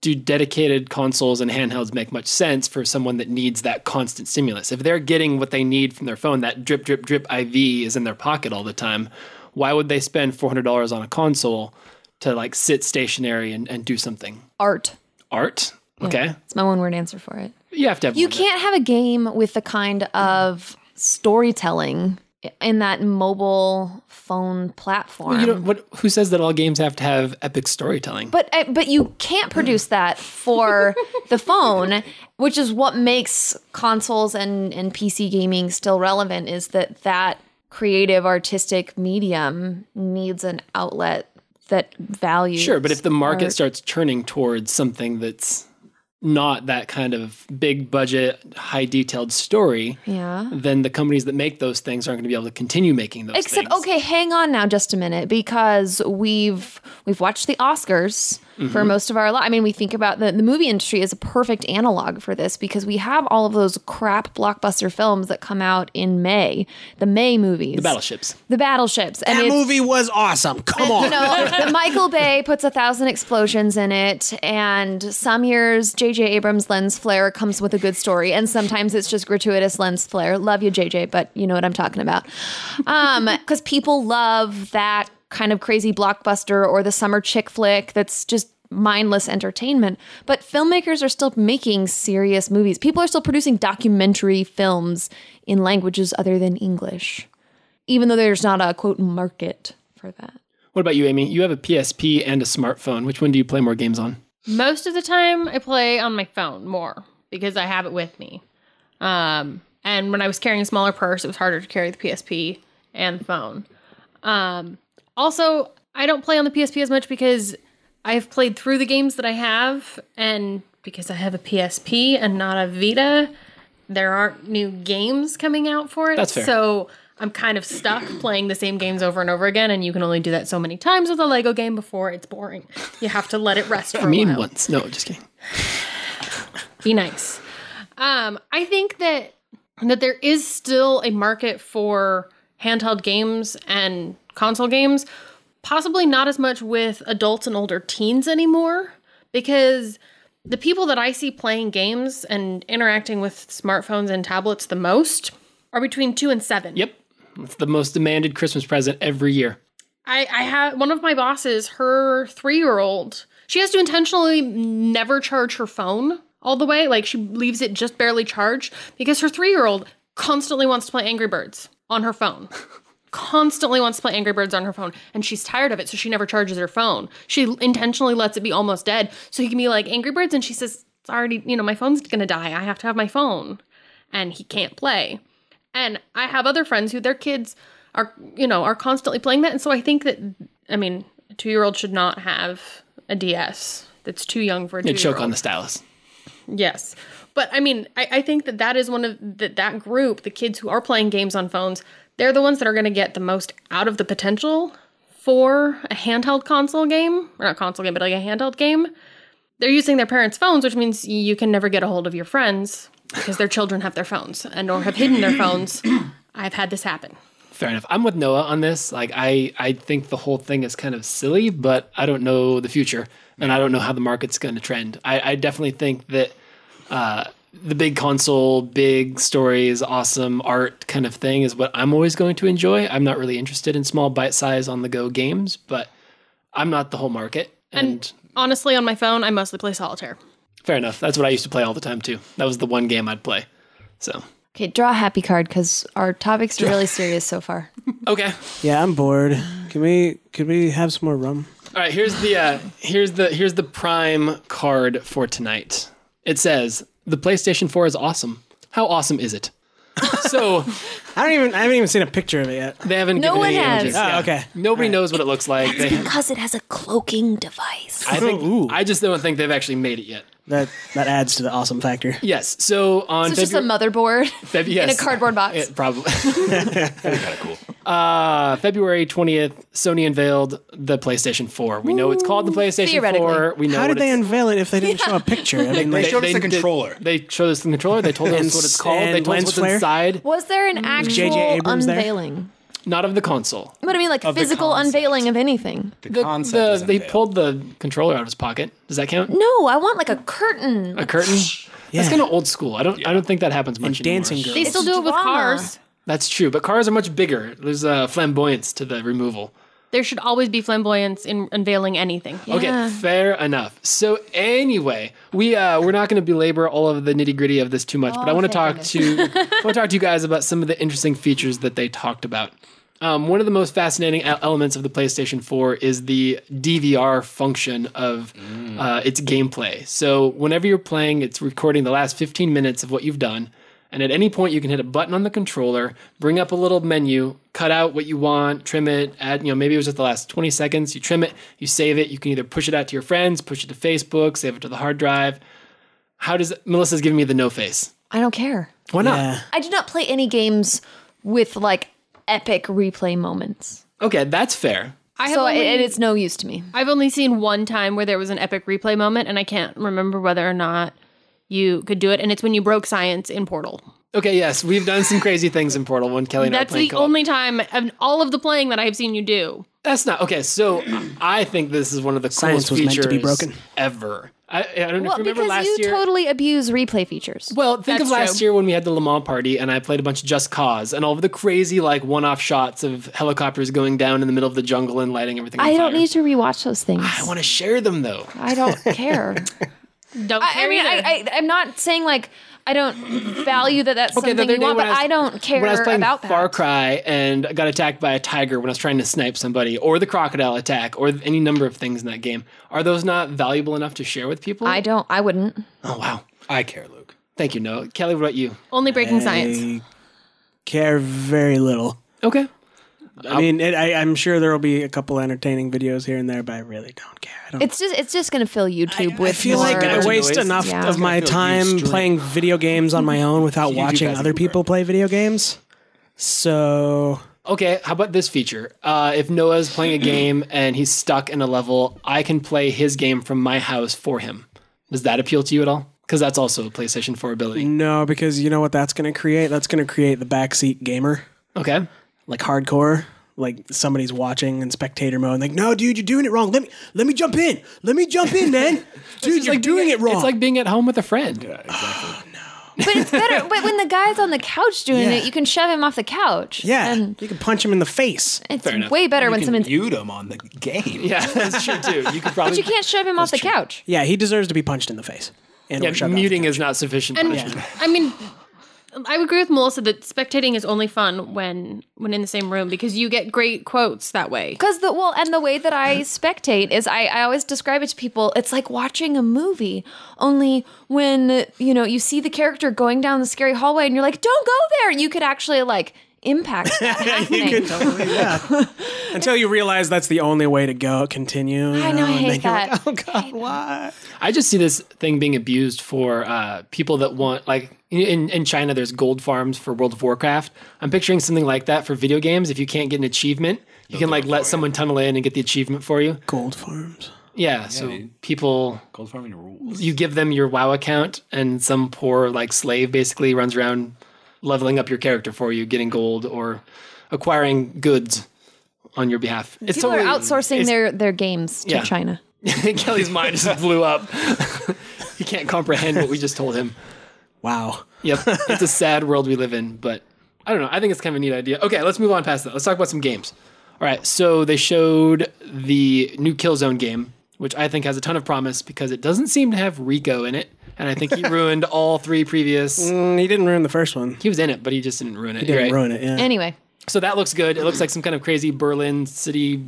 Speaker 1: do dedicated consoles and handhelds make much sense for someone that needs that constant stimulus? If they're getting what they need from their phone, that drip, drip, drip IV is in their pocket all the time, why would they spend $400 on a console to like sit stationary and, and do something?
Speaker 4: Art.
Speaker 1: Art? Okay.
Speaker 4: It's my one word answer for it.
Speaker 1: You have to have
Speaker 4: You
Speaker 1: one that-
Speaker 4: can't have a game with the kind of storytelling in that mobile phone platform.
Speaker 1: You know what? Who says that all games have to have epic storytelling?
Speaker 4: Um, But uh, but you can't produce that for the phone, which is what makes consoles and and PC gaming still relevant is that that creative artistic medium needs an outlet that values
Speaker 1: sure, but if the market
Speaker 4: art.
Speaker 1: starts churning towards something that's not that kind of big budget, high detailed story,
Speaker 4: Yeah.
Speaker 1: then the companies that make those things aren't going to be able to continue making those.
Speaker 4: Except
Speaker 1: things.
Speaker 4: okay, hang on now just a minute because we've we've watched the Oscars for most of our life. I mean, we think about the the movie industry as a perfect analog for this because we have all of those crap blockbuster films that come out in May, the May movies. The
Speaker 1: battleships.
Speaker 4: The battleships. and
Speaker 2: That
Speaker 4: it's-
Speaker 2: movie was awesome. Come on.
Speaker 4: you know, Michael Bay puts a thousand explosions in it, and some years J.J. Abrams' lens flare comes with a good story, and sometimes it's just gratuitous lens flare. Love you, J.J., but you know what I'm talking about. Because people love that kind of crazy blockbuster or the summer chick flick that's just mindless entertainment. But filmmakers are still making serious movies. People are still producing documentary films in languages other than English, even though there's not a quote market for that.
Speaker 1: What about you, Amy? You have a PSP and a smartphone. Which one do you play more games on?
Speaker 5: Most of the time, I play on my phone more because I have it with me. Um, and when I was carrying a smaller purse, it was harder to carry the PSP and the phone. Um, also, I don't play on the PSP as much because I've played through the games that I have, and because I have a PSP and not a Vita, there aren't new games coming out for it.
Speaker 1: That's fair.
Speaker 5: So I'm kind of stuck playing the same games over and over again, and you can only do that so many times with a Lego game before it's boring. You have to let it rest for a
Speaker 1: Mean
Speaker 5: while
Speaker 1: ones. No, just kidding.
Speaker 5: be nice. Um, I think that that there is still a market for handheld games and console games, possibly not as much with adults and older teens anymore, because the people that I see playing games and interacting with smartphones and tablets the most are between two and seven.
Speaker 1: Yep. It's the most demanded Christmas present every year.
Speaker 5: I, I have one of my bosses, her three year old, she has to intentionally never charge her phone all the way. Like she leaves it just barely charged because her three year old constantly wants to play Angry Birds on her phone. constantly wants to play Angry Birds on her phone and she's tired of it, so she never charges her phone. She intentionally lets it be almost dead so he can be like Angry Birds and she says, It's already, you know, my phone's gonna die. I have to have my phone. And he can't play. And I have other friends who their kids are, you know, are constantly playing that. And so I think that, I mean, a two year old should not have a DS that's too young for a two
Speaker 1: You
Speaker 5: year
Speaker 1: choke on
Speaker 5: old.
Speaker 1: the stylus.
Speaker 5: Yes. But I mean, I, I think that that is one of that that group, the kids who are playing games on phones, they're the ones that are going to get the most out of the potential for a handheld console game, or not console game, but like a handheld game. They're using their parents' phones, which means you can never get a hold of your friends because their children have their phones and or have hidden their phones. I've had this happen.
Speaker 1: Fair enough. I'm with Noah on this. Like I, I think the whole thing is kind of silly, but I don't know the future, and I don't know how the market's going to trend. I, I definitely think that uh, the big console, big stories, awesome art kind of thing is what I'm always going to enjoy. I'm not really interested in small bite size on the go games, but I'm not the whole market. And,
Speaker 5: Honestly, on my phone, I mostly play solitaire.
Speaker 1: fair enough. That's what I used to play all the time too. That was the one game I'd play. So
Speaker 4: Okay, draw a happy card because our topics are really serious so far.
Speaker 1: okay.
Speaker 2: Yeah, I'm bored. Can we can we have some more rum?
Speaker 1: All right, here's the uh, here's the here's the prime card for tonight. It says the PlayStation 4 is awesome. How awesome is it? so
Speaker 2: I don't even I haven't even seen a picture of it yet.
Speaker 1: they haven't
Speaker 4: No
Speaker 1: given
Speaker 4: one
Speaker 1: any
Speaker 4: has.
Speaker 1: images.
Speaker 2: Oh,
Speaker 1: Yeah.
Speaker 2: okay.
Speaker 1: Nobody knows what it looks like. They,
Speaker 4: Because it has a cloaking device.
Speaker 1: I
Speaker 2: Ooh.
Speaker 1: think I just don't think they've actually made it yet.
Speaker 2: That that adds to the awesome factor.
Speaker 1: Yes. So on
Speaker 4: It's just a
Speaker 1: February,
Speaker 4: motherboard.
Speaker 1: Feb- yes.
Speaker 4: in a cardboard box.
Speaker 1: It probably
Speaker 3: Kind of cool.
Speaker 1: uh, February 20th, Sony unveiled the PlayStation 4. We know it's called the PlayStation
Speaker 4: Theoretically.
Speaker 1: 4. We know
Speaker 2: How
Speaker 1: what
Speaker 2: did they
Speaker 1: it's-
Speaker 2: unveil it if they didn't show a picture? I mean,
Speaker 3: They,
Speaker 2: like,
Speaker 3: showed us the
Speaker 1: did-
Speaker 3: controller.
Speaker 1: They showed us the controller. They told us what it's called.
Speaker 2: and
Speaker 1: They told us
Speaker 2: lens
Speaker 1: what's
Speaker 2: flare?
Speaker 1: inside.
Speaker 4: Was there
Speaker 1: Mm.
Speaker 4: an actual
Speaker 2: J.J. Abrams there?
Speaker 4: unveiling?
Speaker 1: Not of the console.
Speaker 4: What I mean, like a
Speaker 3: the
Speaker 4: physical
Speaker 3: concept.
Speaker 4: unveiling of anything.
Speaker 3: the,
Speaker 1: The,
Speaker 3: concept
Speaker 1: the-
Speaker 3: is
Speaker 1: they
Speaker 3: unveiled.
Speaker 1: pulled the controller out of his pocket. Does that count?
Speaker 4: No, I want like a curtain.
Speaker 1: A curtain? That's kind of old school. I don't. I don't think that happens much anymore.
Speaker 2: dancing girl.
Speaker 5: They still
Speaker 4: It's
Speaker 5: do it with
Speaker 4: drama.
Speaker 5: cars.
Speaker 1: That's true, but cars are much bigger. There's a flamboyance to the removal.
Speaker 5: There should always be flamboyance in unveiling anything.
Speaker 1: Okay,
Speaker 4: Yeah.
Speaker 1: fair enough. So anyway, we uh, we're not going to belabor all of the nitty gritty of this too much, but I want to
Speaker 4: Oh, thank
Speaker 1: talk
Speaker 4: goodness.
Speaker 1: to I want to talk to you guys about some of the interesting features that they talked about. Um, one of the most fascinating el- elements of the PlayStation 4 is the DVR function of uh, its gameplay. So whenever you're playing, it's recording the last 15 minutes of what you've done. And at any point, you can hit a button on the controller, bring up a little menu, cut out what you want, trim it, add, you know, maybe it was just the last 20 seconds. You trim it, you save it. You can either push it out to your friends, push it to Facebook, save it to the hard drive. How does Melissa's giving me the no face?
Speaker 4: I don't care.
Speaker 1: Why not?
Speaker 2: Yeah.
Speaker 4: I do not play any games with like epic replay moments.
Speaker 1: Okay, that's fair.
Speaker 5: I have
Speaker 4: so
Speaker 5: only,
Speaker 4: it, it's no use to me.
Speaker 5: I've only seen one time where there was an epic replay moment, and I can't remember whether or not you could do it. And it's when you broke science in Portal.
Speaker 1: Okay, yes, we've done some crazy things in Portal One. Kelly and I are
Speaker 5: That's
Speaker 1: playing
Speaker 5: the
Speaker 1: co-op.
Speaker 5: only time of all of the playing that I have seen you do.
Speaker 1: That's not okay. So I think this is one of the
Speaker 2: Science
Speaker 1: coolest
Speaker 2: was meant
Speaker 1: features
Speaker 2: to be broken.
Speaker 1: ever. I, I don't know
Speaker 4: Well,
Speaker 1: if you remember
Speaker 4: because
Speaker 1: last
Speaker 4: you
Speaker 1: year.
Speaker 4: totally abuse replay features.
Speaker 1: Well, think of
Speaker 5: That's
Speaker 1: last
Speaker 5: true.
Speaker 1: year when we had the Le Mans party and I played a bunch of Just Cause and all of the crazy like one-off shots of helicopters going down in the middle of the jungle and lighting everything. on
Speaker 4: I don't
Speaker 1: fire.
Speaker 4: need to rewatch those things.
Speaker 1: I
Speaker 4: I,
Speaker 1: want to share them though.
Speaker 4: don't care.
Speaker 5: Don't
Speaker 4: I, I
Speaker 5: care
Speaker 4: mean,
Speaker 5: either.
Speaker 4: I, I, I'm not saying like I don't value that. That's
Speaker 1: Okay, the
Speaker 4: something
Speaker 1: other
Speaker 4: you
Speaker 1: day
Speaker 4: want,
Speaker 1: when
Speaker 4: but
Speaker 1: I was-
Speaker 4: I, don't care
Speaker 1: when I was playing
Speaker 4: about that.
Speaker 1: Far Cry and I got attacked by a tiger when I was trying to snipe somebody, or the crocodile attack, or any number of things in that game, are those not valuable enough to share with people?
Speaker 4: I don't. I wouldn't.
Speaker 1: oh wow,
Speaker 3: I care, Luke.
Speaker 1: thank you. No, Kelly, what about you?
Speaker 5: only breaking science.
Speaker 2: I care very little.
Speaker 1: Okay,
Speaker 2: I mean, it, I, I'm sure there will be a couple entertaining videos here and there, but I really don't care. I don't.
Speaker 4: It's just it's just gonna fill YouTube
Speaker 2: I
Speaker 4: with
Speaker 2: feel like
Speaker 4: more-
Speaker 2: I
Speaker 1: wa-
Speaker 2: waste
Speaker 1: noise.
Speaker 2: enough
Speaker 4: Yeah.
Speaker 2: of my
Speaker 3: It's gonna feel
Speaker 2: time
Speaker 3: huge drain.
Speaker 2: playing video games on my own without
Speaker 3: do
Speaker 2: watching
Speaker 3: guys
Speaker 2: other
Speaker 3: anywhere.
Speaker 2: people play video games. So
Speaker 1: okay. How about this feature? Uh, if Noah's playing a game and he's stuck in a level, I can play his game from my house for him. Does that appeal to you at all? Because that's also a PlayStation 4 ability.
Speaker 2: no, because you know what that's going to create? That's going to create the backseat gamer,
Speaker 1: Okay.
Speaker 2: like hardcore. Like somebody's watching in spectator mode, and like, no, dude, you're doing it wrong. Let me, let me jump in. Let me jump in, man. Dude, you're doing it wrong.
Speaker 1: It's like being at home with a friend.
Speaker 4: but it's better. But when the guy's on the couch doing
Speaker 2: Yeah.
Speaker 4: it, you can shove him off the couch.
Speaker 2: yeah,
Speaker 4: and
Speaker 2: you can punch him in the face.
Speaker 4: it's way better when someone's.
Speaker 3: mute him on the game.
Speaker 1: Yeah, that's true too. You could probably
Speaker 4: But you can't shove him off the couch.
Speaker 2: Yeah, he deserves to be punched in the face. And or
Speaker 1: yeah,
Speaker 2: shoved off the
Speaker 1: muting is not sufficient.
Speaker 5: And
Speaker 1: punishment.
Speaker 5: I mean, I would agree with Melissa that spectating is only fun when when in the same room because you get great quotes that way.
Speaker 4: Because the well, and the way that I spectate is I, I always describe it to people. It's like watching a movie, only when you know you see the character going down the scary hallway, and you're like, "Don't go there." You could actually like impact that happening.
Speaker 2: Until you realize that's the only way to go, continue. you
Speaker 4: I know, I
Speaker 2: and then
Speaker 4: hate
Speaker 2: you're
Speaker 4: that.
Speaker 2: Like, oh God, why?
Speaker 1: I just see this thing being abused for uh, people that want like in in China. There's gold farms for World of Warcraft. I'm picturing something like that for video games. If you can't get an achievement, you can like let someone tunnel in and get the achievement for you.
Speaker 2: Gold farms.
Speaker 1: Yeah, so people
Speaker 3: Gold farming rules.
Speaker 1: you give them your WoW account, and some poor like slave basically runs around leveling up your character for you, getting gold or acquiring goods on your behalf. It's
Speaker 4: People are
Speaker 1: totally
Speaker 4: outsourcing their their games to
Speaker 1: Yeah.
Speaker 4: China.
Speaker 1: Kelly's mind just blew up. he can't comprehend what we just told him.
Speaker 2: Wow.
Speaker 1: Yep. It's a sad world we live in, but I don't know. I think it's kind of a neat idea. Okay, let's move on past that. Let's talk about some games. All right, so they showed the new Killzone game, which I think has a ton of promise because it doesn't seem to have Rico in it. And I think he ruined all three previous.
Speaker 2: Mm, he didn't ruin the first one.
Speaker 1: He was in it, but he just didn't ruin it.
Speaker 2: He didn't
Speaker 1: You're right.
Speaker 2: ruin it. Yeah.
Speaker 4: Anyway,
Speaker 1: So that looks good. It looks like some kind of crazy Berlin city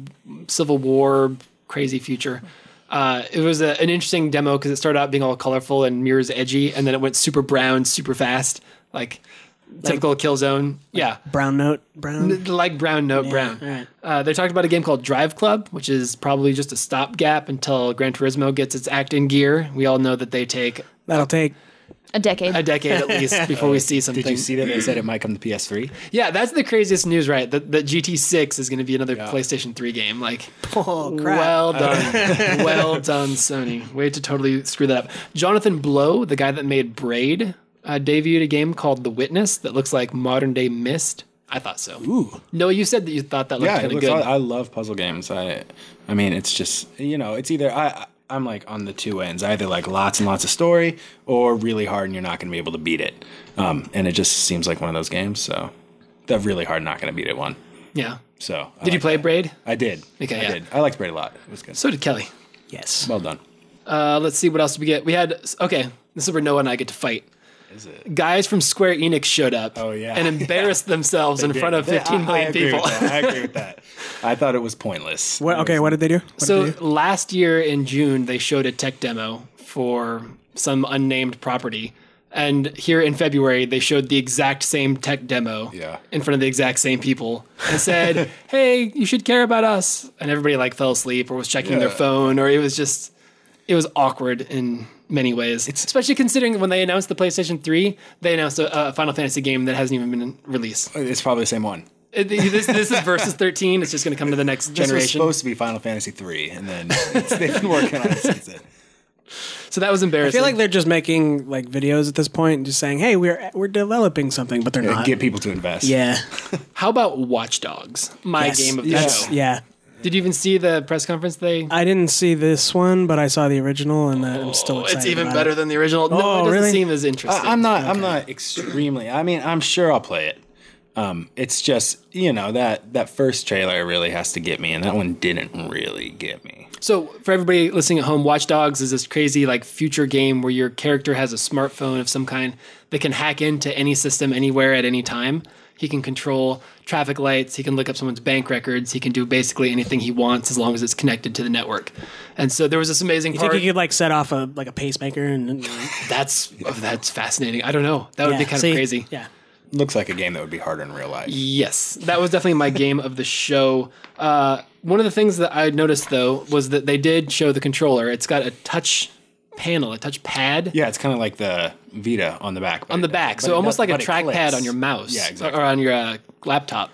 Speaker 1: civil war crazy future. Uh, it was a, an interesting demo because it started out being all colorful and mirrors edgy, and then it went super brown, super fast, like typical kill zone. yeah,
Speaker 2: brown note. Brown.
Speaker 1: like brown note brown.
Speaker 2: all right.
Speaker 1: Uh, they talked about a game called Drive Club, which is probably just a stopgap until Gran Turismo gets its act in gear. We all know that they take
Speaker 2: That'll take.
Speaker 4: a decade.
Speaker 1: a decade at least before we see something.
Speaker 3: Did you see that they said it might come to PS3?
Speaker 1: Yeah, that's the craziest news, right? That, that GT6 is going to be another PlayStation 3 game. Like,
Speaker 2: Oh crap.
Speaker 1: well
Speaker 3: Uh,
Speaker 1: done. well done, Sony. Way to totally screw that up. Jonathan Blow, the guy that made Braid, uh, debuted a game called The Witness that looks like modern day Mist. I thought so.
Speaker 3: Ooh.
Speaker 1: No, you said that you thought that looked
Speaker 3: Yeah, it
Speaker 1: kind of
Speaker 3: looks
Speaker 1: good.
Speaker 3: aw- I love puzzle games. I, I mean, it's just you know, it's either I, I- I'm like on the two ends, either like lots and lots of story, or really hard and you're not going to be able to beat it. Um, and it just seems like one of those games. So, the really hard, not going to beat it one.
Speaker 1: yeah.
Speaker 3: So, I
Speaker 1: Did you
Speaker 3: like
Speaker 1: play
Speaker 3: that.
Speaker 1: Braid?
Speaker 3: I did.
Speaker 1: Okay,
Speaker 3: I
Speaker 1: yeah.
Speaker 3: did. I liked Braid a lot. It was good.
Speaker 1: So did Kelly.
Speaker 2: yes.
Speaker 3: well done.
Speaker 1: Uh, let's see what else did we get. We had okay. This is where Noah and I get to fight.
Speaker 3: Is it?
Speaker 1: Guys from Square Enix showed up.
Speaker 3: Oh, yeah.
Speaker 1: and embarrassed themselves in front of 15 million people.
Speaker 3: I agree with that. I thought it was pointless.
Speaker 2: What, okay. What did they do? What
Speaker 1: So
Speaker 2: did they do?
Speaker 1: last year in June, they showed a tech demo for some unnamed property. And here in February, they showed the exact same tech demo
Speaker 3: Yeah.
Speaker 1: in front of the exact same people and said, hey, you should care about us. And everybody like fell asleep or was checking their
Speaker 3: Yeah.
Speaker 1: phone or it was just, it was awkward and many ways. Especially considering when they announced the PlayStation 3, they announced a, a Final Fantasy game that hasn't even been released.
Speaker 3: It's probably the same one.
Speaker 1: Uh, th- this, this is versus 13. It's just going to come to the next
Speaker 3: This was
Speaker 1: generation.
Speaker 3: supposed to be Final Fantasy three, and then it's, they've been working on it since then.
Speaker 1: so that was
Speaker 2: I
Speaker 1: embarrassing.
Speaker 2: feel like they're just making like videos at this point and just saying, "Hey, we're we're developing something," but they're
Speaker 3: To
Speaker 2: not.
Speaker 3: Get people to invest.
Speaker 2: yeah,
Speaker 1: How about Watch Dogs? My
Speaker 2: Yes.
Speaker 1: game of the
Speaker 2: That's-
Speaker 1: show.
Speaker 2: Yeah,
Speaker 1: Did you even see the press conference they
Speaker 2: I didn't see this one, but I saw the original, and uh, I'm still
Speaker 1: Oh,
Speaker 2: excited.
Speaker 1: it's even
Speaker 2: about
Speaker 1: better
Speaker 2: It.
Speaker 1: than the original. no, it
Speaker 2: Oh,
Speaker 1: doesn't
Speaker 2: really?
Speaker 1: seem as interesting.
Speaker 3: I, am not. I'm not extremely. I mean, I'm sure I'll play it. Um, it's just you know that that first trailer really has to get me, and that one didn't really get me.
Speaker 1: So for everybody listening at home, Watch Dogs is this crazy like future game where your character has a smartphone of some kind that can hack into any system anywhere at any time. He can control traffic lights, he can look up someone's bank records, he can do basically anything he wants as long as it's connected to the network. And so there was this amazing
Speaker 2: You
Speaker 1: part.
Speaker 2: think you could like set off a like a pacemaker and, and
Speaker 1: that's oh, that's fascinating. I don't know. That would
Speaker 2: yeah,
Speaker 1: be kind
Speaker 2: see?
Speaker 1: of crazy.
Speaker 2: Yeah,
Speaker 3: Looks like a game that would be harder in real life.
Speaker 1: Yes, that was definitely my game of the show. Uh, one of the things that I noticed though was that they did show the controller. It's got a touch panel, a touch pad
Speaker 3: Yeah, it's kind of like the Vita on the back.
Speaker 1: on the back, so almost like a trackpad on your mouse
Speaker 3: Yeah, exactly.
Speaker 1: or on your uh, laptop.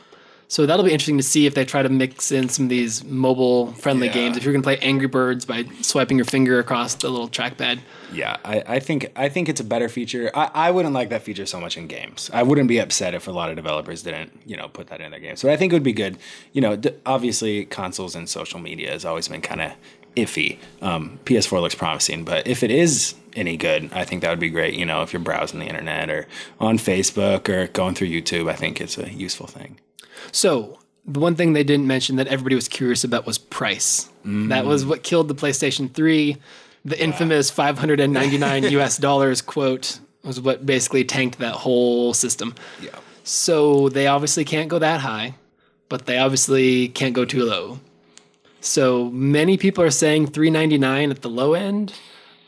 Speaker 1: So that'll be interesting to see if they try to mix in some of these mobile-friendly
Speaker 3: Yeah.
Speaker 1: games. If you're going to play Angry Birds by swiping your finger across the little trackpad,
Speaker 3: Yeah, I, I think I think it's a better feature. I, I wouldn't like that feature so much in games. I wouldn't be upset if a lot of developers didn't, you know, put that in their games. But I think it would be good. You know, d- obviously consoles and social media has always been kind of iffy. Um, PS4 looks promising, but if it is any good, I think that would be great. You know, if you're browsing the internet or on Facebook or going through YouTube, I think it's a useful thing.
Speaker 1: So the one thing they didn't mention that everybody was curious about was price. That was what killed the PlayStation 3. The infamous 599 US dollars quote was what basically tanked that whole system.
Speaker 3: Yeah.
Speaker 1: So they obviously can't go that high, but they obviously can't go too low. So many people are saying 399 at the low end.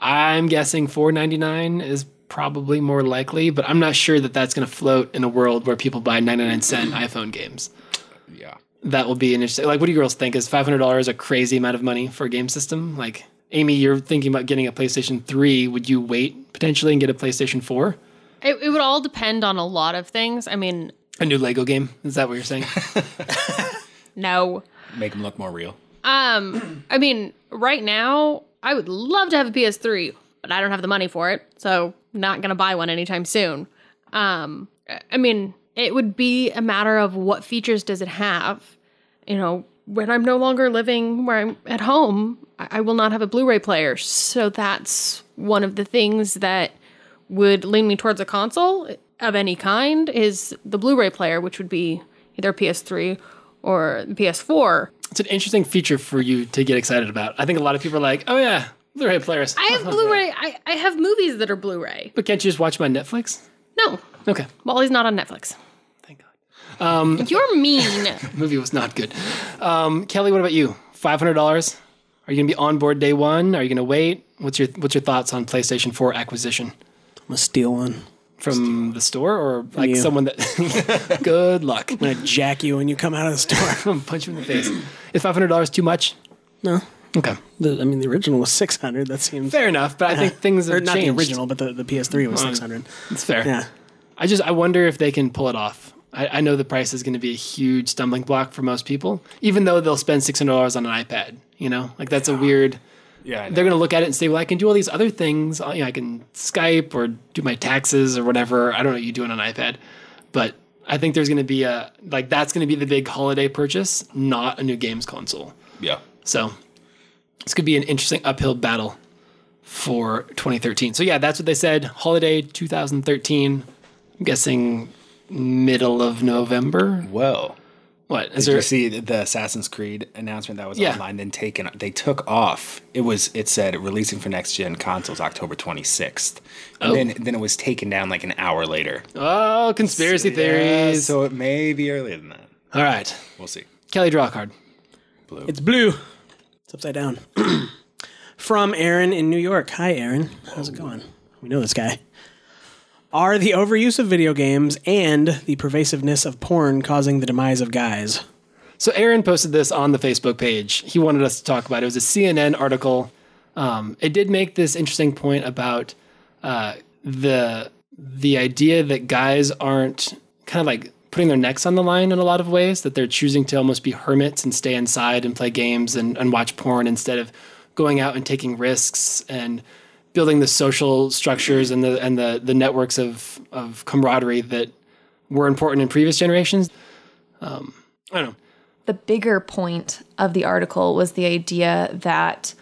Speaker 1: I'm guessing 499 is probably more likely, but I'm not sure that that's going to float in a world where people buy 99 cent iPhone games
Speaker 3: Yeah.
Speaker 1: that will be an interesting. Like, what do you girls think? Is five hundred dollars a crazy amount of money for a game system? Like, Amy, you're thinking about getting a PlayStation Three. Would you wait potentially and get a PlayStation Four?
Speaker 5: It, it would all depend on a lot of things. I mean,
Speaker 1: A new Lego game? Is that what you're saying?
Speaker 5: no.
Speaker 3: Make them look more real.
Speaker 5: Um, I mean, right now, I would love to have a PS3, but I don't have the money for it, so not gonna buy one anytime soon. Um, I- I mean, it would be a matter of what features does it have. You know, when I'm no longer living where I'm at home, I, I will not have a Blu-ray player, so that's one of the things that would lean me towards a console of any kind is the Blu-ray player, which would be either PS3 or PS4.
Speaker 1: it's an interesting feature for you to get excited about. I think a lot of people are like, "Oh yeah, Blu-ray players."
Speaker 5: I have Blu-ray. I, I have movies that are Blu-ray.
Speaker 1: but can't you just watch my Netflix?
Speaker 5: No,
Speaker 1: Okay,
Speaker 5: Wally's not on Netflix.
Speaker 1: thank God.
Speaker 5: You're mean.
Speaker 1: Movie was not good. Um, Kelly, what about you? Five hundred dollars. Are you gonna be on board day one? Are you gonna wait? What's your What's your thoughts on PlayStation Four acquisition?
Speaker 2: I'm gonna steal one.
Speaker 1: From the store or like
Speaker 2: you.
Speaker 1: someone that. good luck.
Speaker 2: I'm gonna jack you when you come out of the store.
Speaker 1: punch him in the face. Is five hundred dollars too much?
Speaker 2: no,
Speaker 1: Okay,
Speaker 2: the, I mean the original was 600. That seems
Speaker 1: fair enough. But I think things
Speaker 2: Uh-huh. or
Speaker 1: are
Speaker 2: not
Speaker 1: changed.
Speaker 2: the original, but the, the PS3 was 600.
Speaker 1: It's fair.
Speaker 2: Yeah,
Speaker 1: I just I wonder if they can pull it off. I, I know the price is going to be a huge stumbling block for most people, even though they'll spend six hundred dollars on an iPad. You know, like that's a weird.
Speaker 3: Yeah. I know.
Speaker 1: They're going to look at it and say, "Well, I can do all these other things. uh, You know, I can Skype or do my taxes or whatever. I don't know what you do on an iPad, but." I think there's going to be a like that's going to be the big holiday purchase, not a new games console.
Speaker 3: yeah.
Speaker 1: So this could be an interesting uphill battle for 2013. So yeah, that's what they said. Holiday 2013. I'm guessing middle of November.
Speaker 3: Well.
Speaker 1: What is
Speaker 3: Did
Speaker 1: there?
Speaker 3: you see the- the Assassin's Creed announcement that was
Speaker 1: Yeah.
Speaker 3: online? Then taken, they took off. It was it said releasing for next gen consoles October twenty sixth, and then then it was taken down like an hour later.
Speaker 1: oh, conspiracy theories.
Speaker 3: so it may be earlier than that.
Speaker 1: All right,
Speaker 3: We'll see.
Speaker 1: Kelly, draw a card.
Speaker 2: it's blue. It's upside down. From Aaron in New York. Hi, Aaron. How's it going? We know this guy. Are the overuse of video games and the pervasiveness of porn causing the demise of guys?
Speaker 1: So Aaron posted this on the Facebook page. He wanted us to talk about it. It was a CNN article Um, it did make this interesting point about uh, the the idea that guys aren't kind of like putting their necks on the line in a lot of ways that they're choosing to almost be hermits and stay inside and play games and, and watch porn instead of going out and taking risks and building the social structures and the and the the networks of of camaraderie that were important in previous generations. Um, I don't know.
Speaker 4: the bigger point of the article was the idea that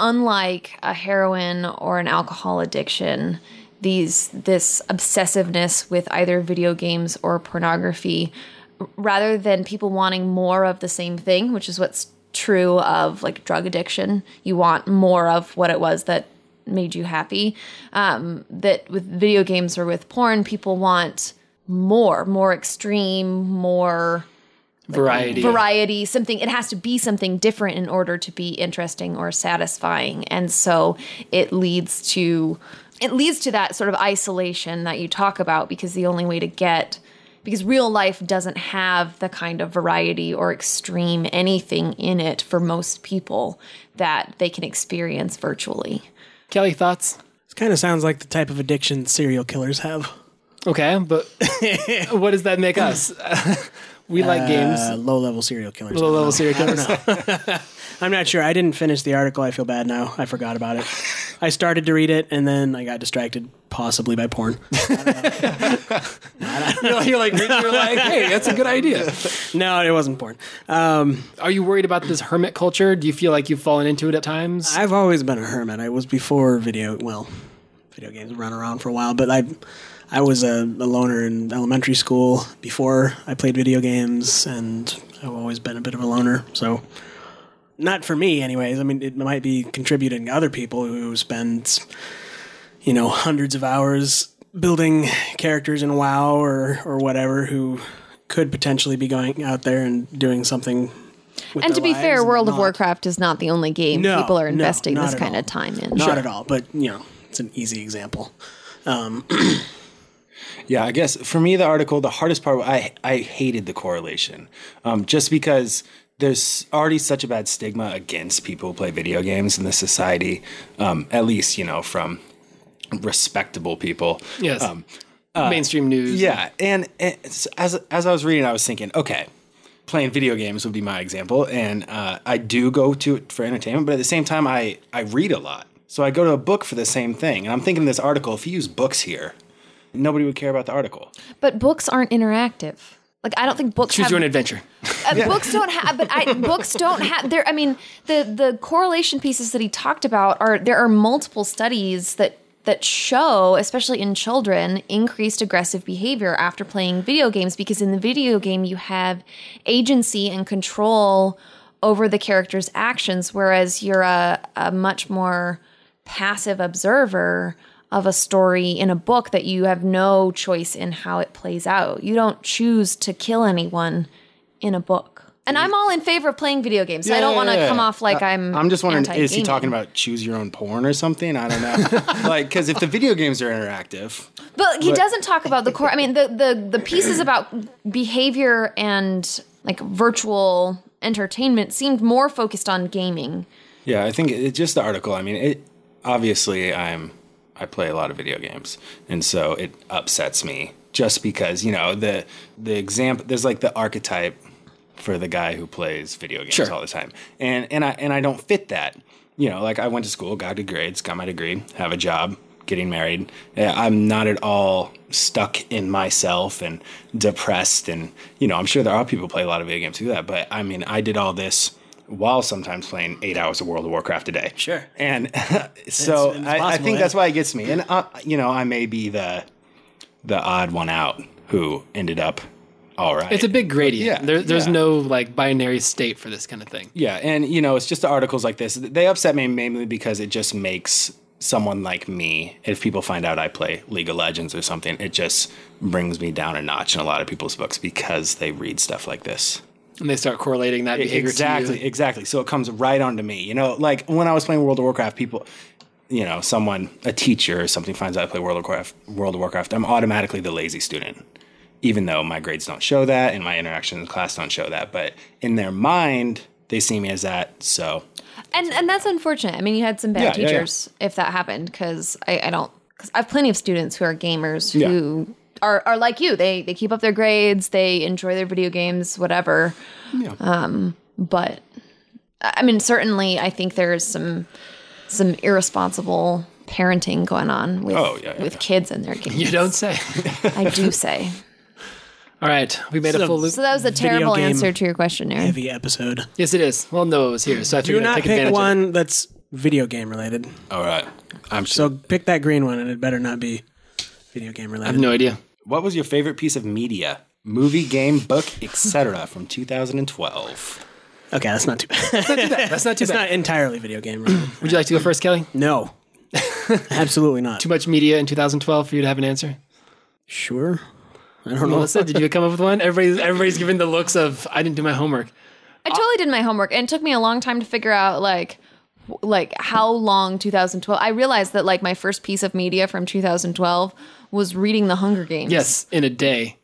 Speaker 4: unlike a heroin or an alcohol addiction these this obsessiveness with either video games or pornography rather than people wanting more of the same thing which is what's true of like drug addiction you want more of what it was that made you happy um, that with video games or with porn people want more more extreme more
Speaker 1: variety.
Speaker 4: variety, something it has to be something different in order to be interesting or satisfying. And so it leads to it leads to that sort of isolation that you talk about because the only way to get because real life doesn't have the kind of variety or extreme anything in it for most people that they can experience virtually.
Speaker 1: Kelly thoughts?
Speaker 2: This kind of sounds like the type of addiction serial killers have.
Speaker 1: Okay, but what does that make us? we like
Speaker 2: Uh,
Speaker 1: games.
Speaker 2: low level serial killers.
Speaker 1: Low level serial killers.
Speaker 2: I'm not sure. I didn't finish the article. I feel bad now. I forgot about it. I started to read it and then I got distracted, possibly by porn.
Speaker 1: you're like you're like, hey, that's a good idea.
Speaker 2: no, it wasn't porn.
Speaker 1: Are you worried about this hermit culture? Do you feel like you've fallen into it at times?
Speaker 2: I've always been a hermit. I was before video. Well, video games run around for a while, but I, I was a, a loner in elementary school before I played video games, and I've always been a bit of a loner. So, not for me, anyways. I mean, it might be contributing to other people who spend, you know, hundreds of hours building characters in WoW or or whatever who could potentially be going out there and doing something. with
Speaker 4: and
Speaker 2: their
Speaker 4: to be
Speaker 2: lives
Speaker 4: fair,
Speaker 2: and
Speaker 4: World of
Speaker 2: not-
Speaker 4: Warcraft is not the only game
Speaker 2: No,
Speaker 4: people are
Speaker 2: no,
Speaker 4: investing
Speaker 2: not
Speaker 4: this
Speaker 2: at
Speaker 4: kind
Speaker 2: all.
Speaker 4: of time in.
Speaker 2: Not at all, but you know, it's an easy example.
Speaker 3: Yeah, I guess for me the article, the hardest part, I I hated the correlation, um, just because there's already such a bad stigma against people who play video games in this society, um, at least you know from respectable people. Um,
Speaker 1: yes.
Speaker 2: Uh,
Speaker 1: Mainstream news.
Speaker 3: Yeah, and it's, as as I was reading, I was thinking, okay, playing video games would be my example, and uh, I do go to it for entertainment, but at the same time, I I read a lot, so I go to a book for the same thing, and I'm thinking this article, if you use books here, nobody would care about the article.
Speaker 4: But books aren't interactive. Like I don't think books
Speaker 1: Choose
Speaker 4: have,
Speaker 1: your own adventure.
Speaker 4: uh, books don't have but I, books don't have there i mean the the correlation pieces that he talked about are there are multiple studies that that show especially in children increased aggressive behavior after playing video games because in the video game you have agency and control over the character's actions whereas you're a, a much more passive observer of a story in a book that you have no choice in how it plays out you don't choose to kill anyone in a book. And I'm all in favor of playing video games. so I don't want to come off like I'm.
Speaker 3: Uh, I'm just wondering, is he
Speaker 4: anti-gaming.
Speaker 3: talking about choose your own porn or something? I don't know. like, because if the video games are interactive,
Speaker 4: But he doesn't talk about the core. I mean, the the the pieces about behavior and like virtual entertainment seemed more focused on gaming.
Speaker 3: yeah, I think it's just the article. I mean, it obviously I'm I play a lot of video games, and so it upsets me just because you know the the example. There's like the archetype for the guy who plays video games all the time, and and I and I don't fit that. You know, like I went to school, got good grades, got my degree, have a job, getting married. Yeah, I'm not at all stuck in myself and depressed. And, you know, I'm sure there are people who play a lot of video games who do that. But I mean, I did all this while sometimes playing eight hours of World of Warcraft a day. Sure. And so
Speaker 2: it's
Speaker 3: I, I
Speaker 2: possible,
Speaker 3: think
Speaker 2: yeah.
Speaker 3: that's why it gets me. And, uh, you know, I may be the, the odd one out who ended up all right.
Speaker 1: It's a big gradient.
Speaker 3: Yeah,
Speaker 1: There, there's
Speaker 3: yeah.
Speaker 1: no like binary state for this kind of thing.
Speaker 3: Yeah, and you know, it's just the articles like this. They upset me mainly because it just makes someone like me, if people find out I play League of Legends or something, it just brings me down a notch in a lot of people's books because they read stuff like this.
Speaker 1: And they start correlating
Speaker 2: E,
Speaker 1: that behavior to
Speaker 3: Exactly,
Speaker 1: you.
Speaker 3: exactly. So it comes right onto me. You know, like when I was playing World of Warcraft, people, you know, someone, a teacher or something finds out I play World of Warcraft, World of Warcraft, I'm automatically the lazy student, even though my grades don't show that and my interactions in class don't show that. But in their mind, they see me as that. So
Speaker 4: and and that's unfortunate. I mean, you had some bad
Speaker 3: Yeah, yeah, yeah.
Speaker 4: teachers if that happened because I, I don't because I have plenty of students who are gamers who are are like you. They they keep up their grades, they enjoy their video games, whatever. Um, but I I mean, certainly, I think there's some some irresponsible parenting going on with
Speaker 3: Oh, yeah, yeah,
Speaker 4: with kids and their games.
Speaker 1: You don't say.
Speaker 4: I do say.
Speaker 1: All right, we made a
Speaker 2: So-
Speaker 1: full loop.
Speaker 4: So that was a
Speaker 2: Video
Speaker 4: terrible
Speaker 2: game.
Speaker 4: answer to your question, Aaron.
Speaker 2: Heavy episode.
Speaker 1: Yes, it is. Well, no, it was here, so I
Speaker 2: Do
Speaker 1: figured I'd
Speaker 2: not
Speaker 1: take
Speaker 2: pick
Speaker 1: advantage. of it.
Speaker 2: one that's video game related.
Speaker 3: all right, I'm
Speaker 2: So
Speaker 3: sure.
Speaker 2: pick that green one, and it better not be video game
Speaker 1: I
Speaker 2: related.
Speaker 1: have no idea.
Speaker 3: What was your favorite piece of media? Movie, game, book, etc. from 2012.
Speaker 2: Okay, that's not too bad.
Speaker 1: That's not too
Speaker 2: it's
Speaker 1: bad.
Speaker 2: not entirely video game related.
Speaker 1: Would you like to go first, Kelly?
Speaker 2: no, absolutely not.
Speaker 1: Too much media in 2012 for you to have an answer.
Speaker 2: Sure, I don't know.
Speaker 1: Melissa, did you come up with one? Everybody's everybody's giving the looks of I didn't do my homework.
Speaker 4: I totally did my homework, and it took me a long time to figure out like w- like how long 2012. I realized that like my first piece of media from 2012 was reading The Hunger Games.
Speaker 1: Yes, in a day.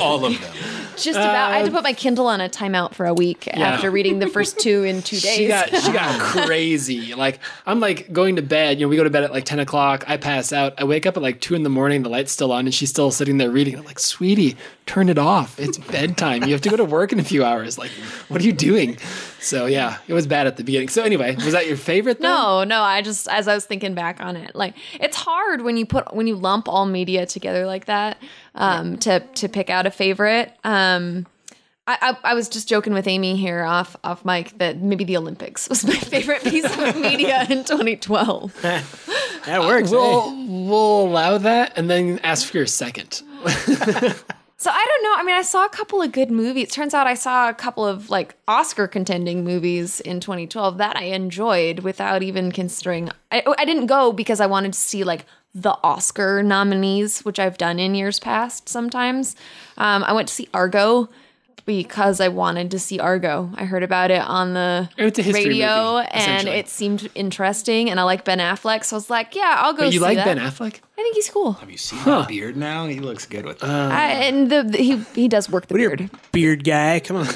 Speaker 3: All of them.
Speaker 4: just about. I had to put my Kindle on a timeout for a week after reading the first two in two days.
Speaker 1: She got she got crazy. Like I'm like going to bed. You know, we go to bed at like 10 o'clock. I pass out. I wake up at like two in the morning. The light's still on, and she's still sitting there reading. I'm like, sweetie, turn it off. It's bedtime. You have to go to work in a few hours. Like, what are you doing? So yeah, it was bad at the beginning. So anyway, was that your favorite? Though?
Speaker 4: no, no. I just as I was thinking back on it, like it's hard when you put when you lump all media together like that um, to to pick out a favorite. Um, I, I, I was just joking with Amy here off off mic that maybe the Olympics was my favorite piece of media in 2012.
Speaker 2: That works. eh?
Speaker 1: We'll we'll allow that, and then ask for your second.
Speaker 4: So I don't know. I mean, I saw a couple of good movies. Turns out I saw a couple of like Oscar contending movies in 2012 that I enjoyed without even considering. I, oh, I didn't go because I wanted to see like the Oscar nominees, which I've done in years past sometimes. Um, I went to see Argo because I wanted to see Argo. I heard about it on the
Speaker 1: It's a history
Speaker 4: radio
Speaker 1: movie,
Speaker 4: and
Speaker 1: essentially.
Speaker 4: it seemed interesting. And I like Ben Affleck, so I was like, yeah, I'll go.
Speaker 1: But you
Speaker 4: see
Speaker 1: like
Speaker 4: that.
Speaker 1: Ben Affleck?
Speaker 4: I think he's cool.
Speaker 3: Have you seen that beard now? He looks good with that.
Speaker 1: Um,
Speaker 4: I, and the, the- he he does work the beard.
Speaker 2: Beard guy, come on.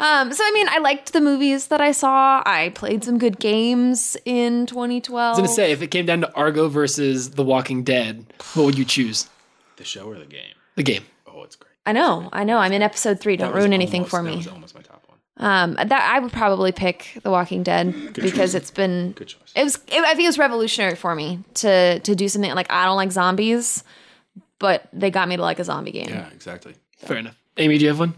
Speaker 4: Um, so I mean, I liked the movies that I saw. I played some good games in 2012.
Speaker 1: I was gonna say if it came down to Argo versus The Walking Dead, what would you choose?
Speaker 3: the show or the game?
Speaker 1: The game.
Speaker 3: Oh, it's great.
Speaker 4: I know, I know. I'm in episode three. Don't ruin anything for me.
Speaker 3: almost my top one.
Speaker 4: Um, that I would probably pick The Walking Dead because it's been.
Speaker 3: Good choice.
Speaker 4: It was. It, I think it was revolutionary for me to to do something like I don't like zombies, but they got me to like a zombie game.
Speaker 3: Yeah, exactly.
Speaker 1: Fair enough. Amy, do you have one?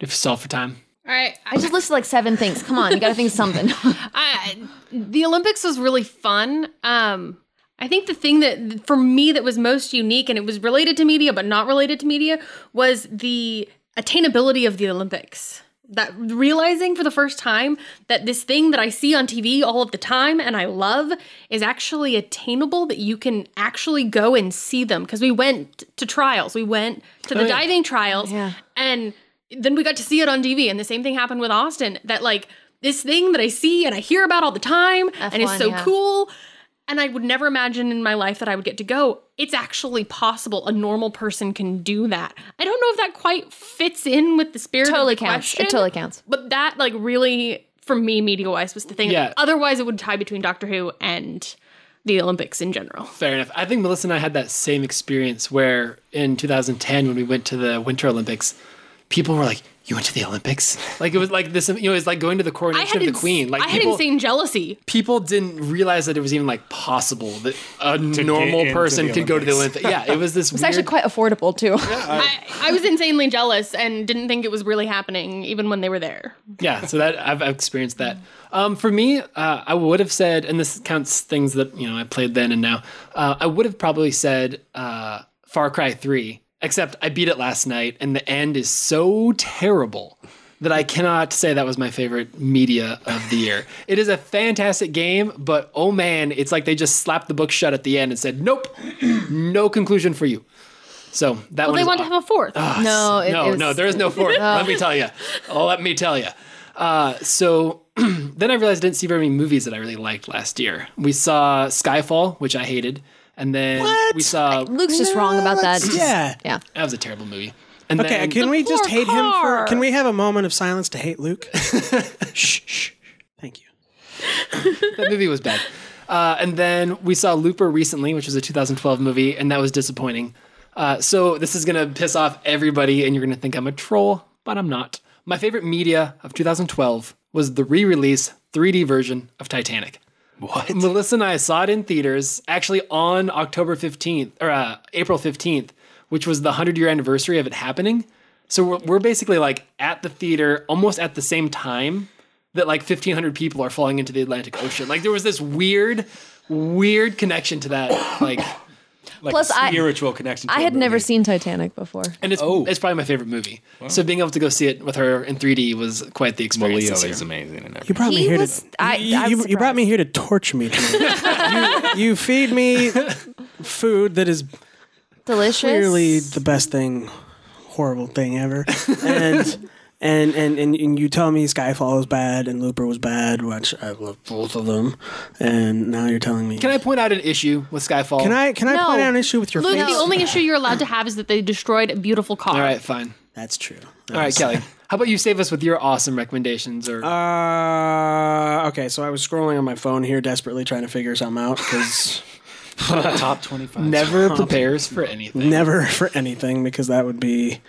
Speaker 1: If you solve for time.
Speaker 5: All right.
Speaker 4: I just listed like seven things. Come on, you got to think of something.
Speaker 5: I, the Olympics was really fun. Um, I think the thing that for me that was most unique, and it was related to media but not related to media, was the attainability of the Olympics. That realizing for the first time that this thing that I see on TV all of the time and I love is actually attainable, that you can actually go and see them. Because we went to trials, we went to the diving trials,
Speaker 4: Yeah.
Speaker 5: and then we got to see it on TV. And the same thing happened with Austin that, like, this thing that I see and I hear about all the time and it's
Speaker 4: F1,
Speaker 5: so
Speaker 4: yeah.
Speaker 5: cool. And I would never imagine in my life that I would get to go. It's actually possible. A normal person can do that. I don't know if that quite fits in with the spirit
Speaker 4: totally
Speaker 5: of the
Speaker 4: counts.
Speaker 5: question,
Speaker 4: It totally counts.
Speaker 5: But that, like, really, for me, media wise, was the thing.
Speaker 1: Yeah.
Speaker 5: Otherwise, it would tie between Doctor Who and the Olympics in general.
Speaker 1: Fair enough. I think Melissa and I had that same experience where in 2010 when we went to the Winter Olympics, people were like, "You went to the Olympics?" Like it was like this, you know, it was like going to the
Speaker 5: I
Speaker 1: coronation
Speaker 5: had,
Speaker 1: of the
Speaker 5: ins-
Speaker 1: Queen. Like
Speaker 5: I had
Speaker 1: people,
Speaker 5: insane jealousy.
Speaker 1: people didn't realize that it was even like possible that a normal
Speaker 3: into
Speaker 1: person
Speaker 3: the
Speaker 1: could go to the
Speaker 3: Olympics.
Speaker 1: Olympics. Yeah, it was this.
Speaker 4: It's actually quite affordable too.
Speaker 1: Uh,
Speaker 5: I, I was insanely jealous and didn't think it was really happening, even when they were there.
Speaker 1: yeah so that i've, I've experienced that um, for me uh, i would have said and this counts things that you know i played then and now uh, i would have probably said uh, far cry 3 except i beat it last night and the end is so terrible that i cannot say that was my favorite media of the year it is a fantastic game but oh man it's like they just slapped the book shut at the end and said nope no conclusion for you so that
Speaker 5: Well,
Speaker 1: one
Speaker 5: they
Speaker 1: is
Speaker 5: want
Speaker 1: aw-
Speaker 5: to have a fourth.
Speaker 4: no, Oh, it,
Speaker 1: no,
Speaker 4: it was,
Speaker 1: no, there is no fourth. Let me tell you. Let me tell you. Uh, so then I realized I didn't see very many movies that I really liked last year. We saw Skyfall, which I hated, and then we saw
Speaker 4: Luke's just wrong about that.
Speaker 2: Yeah.
Speaker 4: Yeah.
Speaker 1: that was a terrible movie. And
Speaker 2: Okay,
Speaker 1: then,
Speaker 2: can we just
Speaker 5: poor
Speaker 2: hate him for?
Speaker 5: car.
Speaker 2: Can we have a moment of silence to hate Luke? shh, shh. Thank you.
Speaker 1: that movie was bad. Uh, and then we saw Looper recently, which was a 2012 movie, and that was disappointing. Uh, so this is gonna piss off everybody, and you're gonna think I'm a troll, but I'm not. My favorite media of 2012 was the re-release 3D version of Titanic. What? Melissa and I saw it in theaters, actually on October 15th or uh, April 15th, which was the 100 year anniversary of it happening. So we're, we're basically like at the theater almost at the same time that like 1500 people are falling into the Atlantic Ocean. Like there was this weird weird connection to that like
Speaker 3: Like
Speaker 4: Plus,
Speaker 3: a
Speaker 4: I-
Speaker 3: spiritual connection. To
Speaker 4: I
Speaker 3: a
Speaker 4: had never
Speaker 3: movie.
Speaker 4: seen Titanic before.
Speaker 1: and it's
Speaker 3: Oh.
Speaker 1: it's probably my favorite movie. So being able to go see it with her in 3D was quite the
Speaker 3: Well,
Speaker 1: experience.
Speaker 3: Leo
Speaker 1: this year.
Speaker 3: is amazing and
Speaker 2: You
Speaker 3: everything.
Speaker 2: brought me
Speaker 4: He
Speaker 2: here
Speaker 4: was-
Speaker 2: to.
Speaker 4: I-
Speaker 2: you,
Speaker 4: I was
Speaker 2: you- you brought
Speaker 4: surprised.
Speaker 2: me here to torture me. tonight. you, you feed me food that is
Speaker 4: Delicious.
Speaker 2: clearly the best thing, horrible thing ever, and. And, and, and and you tell me Skyfall was bad and Looper was bad, which I love both of them. And now you're telling me
Speaker 1: Can I point out an issue with Skyfall?
Speaker 2: can I can I
Speaker 4: No.
Speaker 2: point out an issue with your
Speaker 5: Luke,
Speaker 2: face?
Speaker 5: the only issue you're allowed to have is that they destroyed a beautiful car.
Speaker 1: All right, fine.
Speaker 2: That's true.
Speaker 1: All right, Kelly. How about you save us with your awesome recommendations or
Speaker 2: Uh, okay, so I was scrolling on my phone here, desperately trying to figure something out because
Speaker 3: Top twenty-five.
Speaker 1: never prepares for anything?
Speaker 2: never for anything because that would be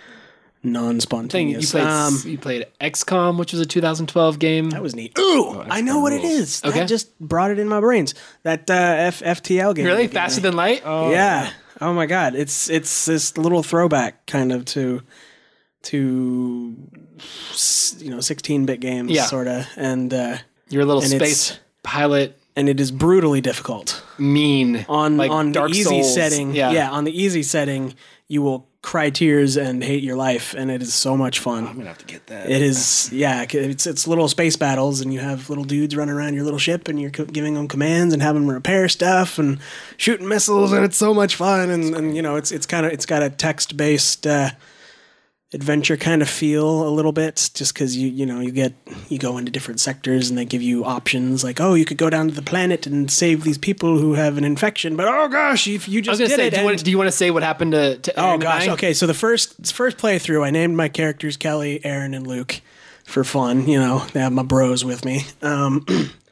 Speaker 1: Thing you
Speaker 2: non-spontaneous.
Speaker 1: played
Speaker 2: um,
Speaker 1: you played XCOM, which was a 2012 game.
Speaker 2: that was neat. Ooh,
Speaker 1: Oh,
Speaker 2: I know what it is.
Speaker 1: Okay.
Speaker 2: that just brought it in my brains. That uh, F- FTL game.
Speaker 1: Really faster than light?
Speaker 2: than yeah. Oh my god, it's it's this little throwback kind of to to s- you know 16-bit games
Speaker 1: Yeah.
Speaker 2: sort of and uh,
Speaker 1: You're a little
Speaker 2: and it's-
Speaker 1: space pilot
Speaker 2: and it is brutally difficult.
Speaker 1: mean
Speaker 2: on
Speaker 1: like
Speaker 2: on
Speaker 1: Dark
Speaker 2: the easy
Speaker 1: Souls.
Speaker 2: setting.
Speaker 1: Yeah.
Speaker 2: Yeah. on the easy setting, you will cry tears and hate your life, and it is so much fun.
Speaker 3: I'm gonna have to get that.
Speaker 2: It is, yeah, c- it's it's little space battles, and you have little dudes running around your little ship, and you're co- giving them commands and having them repair stuff and shooting missiles, and it's so much fun. And, and you know, it's it's kind of it's got a text based. Uh, adventure kind of feel a little bit just because you you know you get you go into different sectors and they give you options like oh you could go down to the planet and save these people who have an infection but oh gosh if
Speaker 1: I
Speaker 2: you
Speaker 1: was
Speaker 2: just
Speaker 1: gonna
Speaker 2: did
Speaker 1: say,
Speaker 2: it
Speaker 1: do you, want,
Speaker 2: and-
Speaker 1: do you want to say what happened to? to
Speaker 2: oh
Speaker 1: Aaron
Speaker 2: gosh
Speaker 1: and I?
Speaker 2: okay so the first first playthrough i named my characters kelly aaron and luke for fun you know they have my bros with me um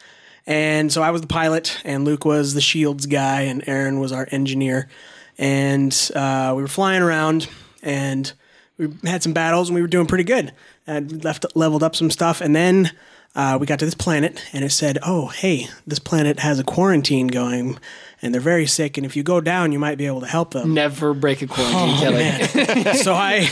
Speaker 2: and so i was the pilot and luke was the shields guy and aaron was our engineer and uh, we were flying around and we had some battles and we were doing pretty good and we left leveled up some stuff and then uh, we got to this planet and it said oh hey this planet has a quarantine going and they're very sick and if you go down you might be able to help them
Speaker 1: Never break a
Speaker 2: Oh,
Speaker 1: quarantine, Kelly.
Speaker 2: so I,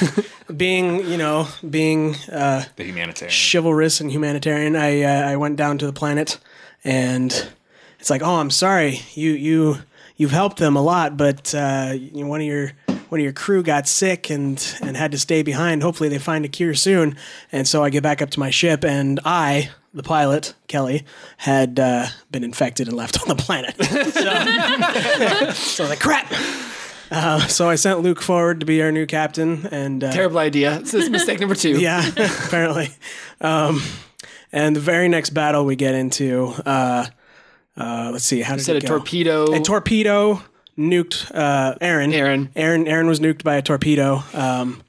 Speaker 2: being you know, being uh,
Speaker 3: the humanitarian.
Speaker 2: chivalrous and humanitarian, I uh, I went down to the planet, and it's like, oh, I'm sorry, you you you've helped them a lot, but uh, you know, one of your one of your crew got sick and and had to stay behind. Hopefully, they find a cure soon. And so I get back up to my ship, and I, the pilot Kelly, had uh, been infected and left on the planet. so I was like, crap. Uh, so I sent Luke forward to be our new captain, and uh,
Speaker 1: Terrible idea. This is mistake number two.
Speaker 2: yeah, apparently. Um, and the very next battle we get into, uh, uh, let's see, how did
Speaker 1: Said a
Speaker 2: it go?
Speaker 1: torpedo.
Speaker 2: A torpedo nuked uh, Aaron.
Speaker 1: Aaron.
Speaker 2: Aaron. Aaron was nuked by a torpedo. Um,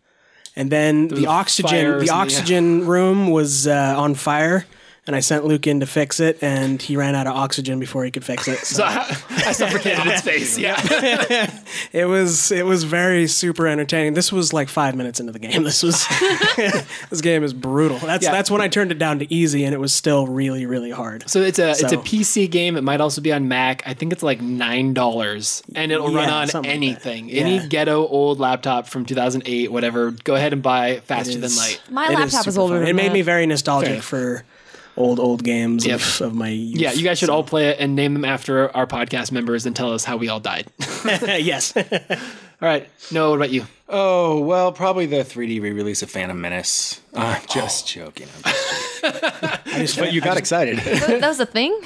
Speaker 2: and then the
Speaker 1: a
Speaker 2: oxygen,
Speaker 1: fire in
Speaker 2: the
Speaker 1: the-
Speaker 2: oxygen room was uh, on fire, and I sent Luke in to fix it, and he ran out of oxygen before he could fix it. So
Speaker 1: I suffocated its face. Yeah.
Speaker 2: it was it was very super entertaining. This was like five minutes into the game. This was this game is brutal. That's
Speaker 1: Yeah.
Speaker 2: that's when I turned it down to easy, and it was still really really hard.
Speaker 1: So it's a it's a
Speaker 2: So-
Speaker 1: PC game. It might also be on Mac. I think it's like nine dollars, and it'll run
Speaker 2: Yeah,
Speaker 1: on
Speaker 2: something like
Speaker 1: anything,
Speaker 2: that.
Speaker 1: any
Speaker 2: Yeah.
Speaker 1: ghetto old laptop from 2008, whatever. Go ahead and buy faster than
Speaker 2: is-
Speaker 1: light.
Speaker 4: My
Speaker 2: It is
Speaker 4: laptop is
Speaker 2: super
Speaker 4: older
Speaker 2: fun.
Speaker 4: than
Speaker 2: It made
Speaker 4: that.
Speaker 2: me very nostalgic
Speaker 1: enough.
Speaker 2: for old old games
Speaker 1: Yep.
Speaker 2: of, of my youth.
Speaker 1: Yeah, you guys should all play it and name them after our podcast members and tell us how we all died.
Speaker 2: yes.
Speaker 1: all right. No, what about you?
Speaker 3: Oh well, probably the 3D re-release of Phantom Menace. I'm just joking. I'm just joking. but you got excited.
Speaker 4: That that was a thing?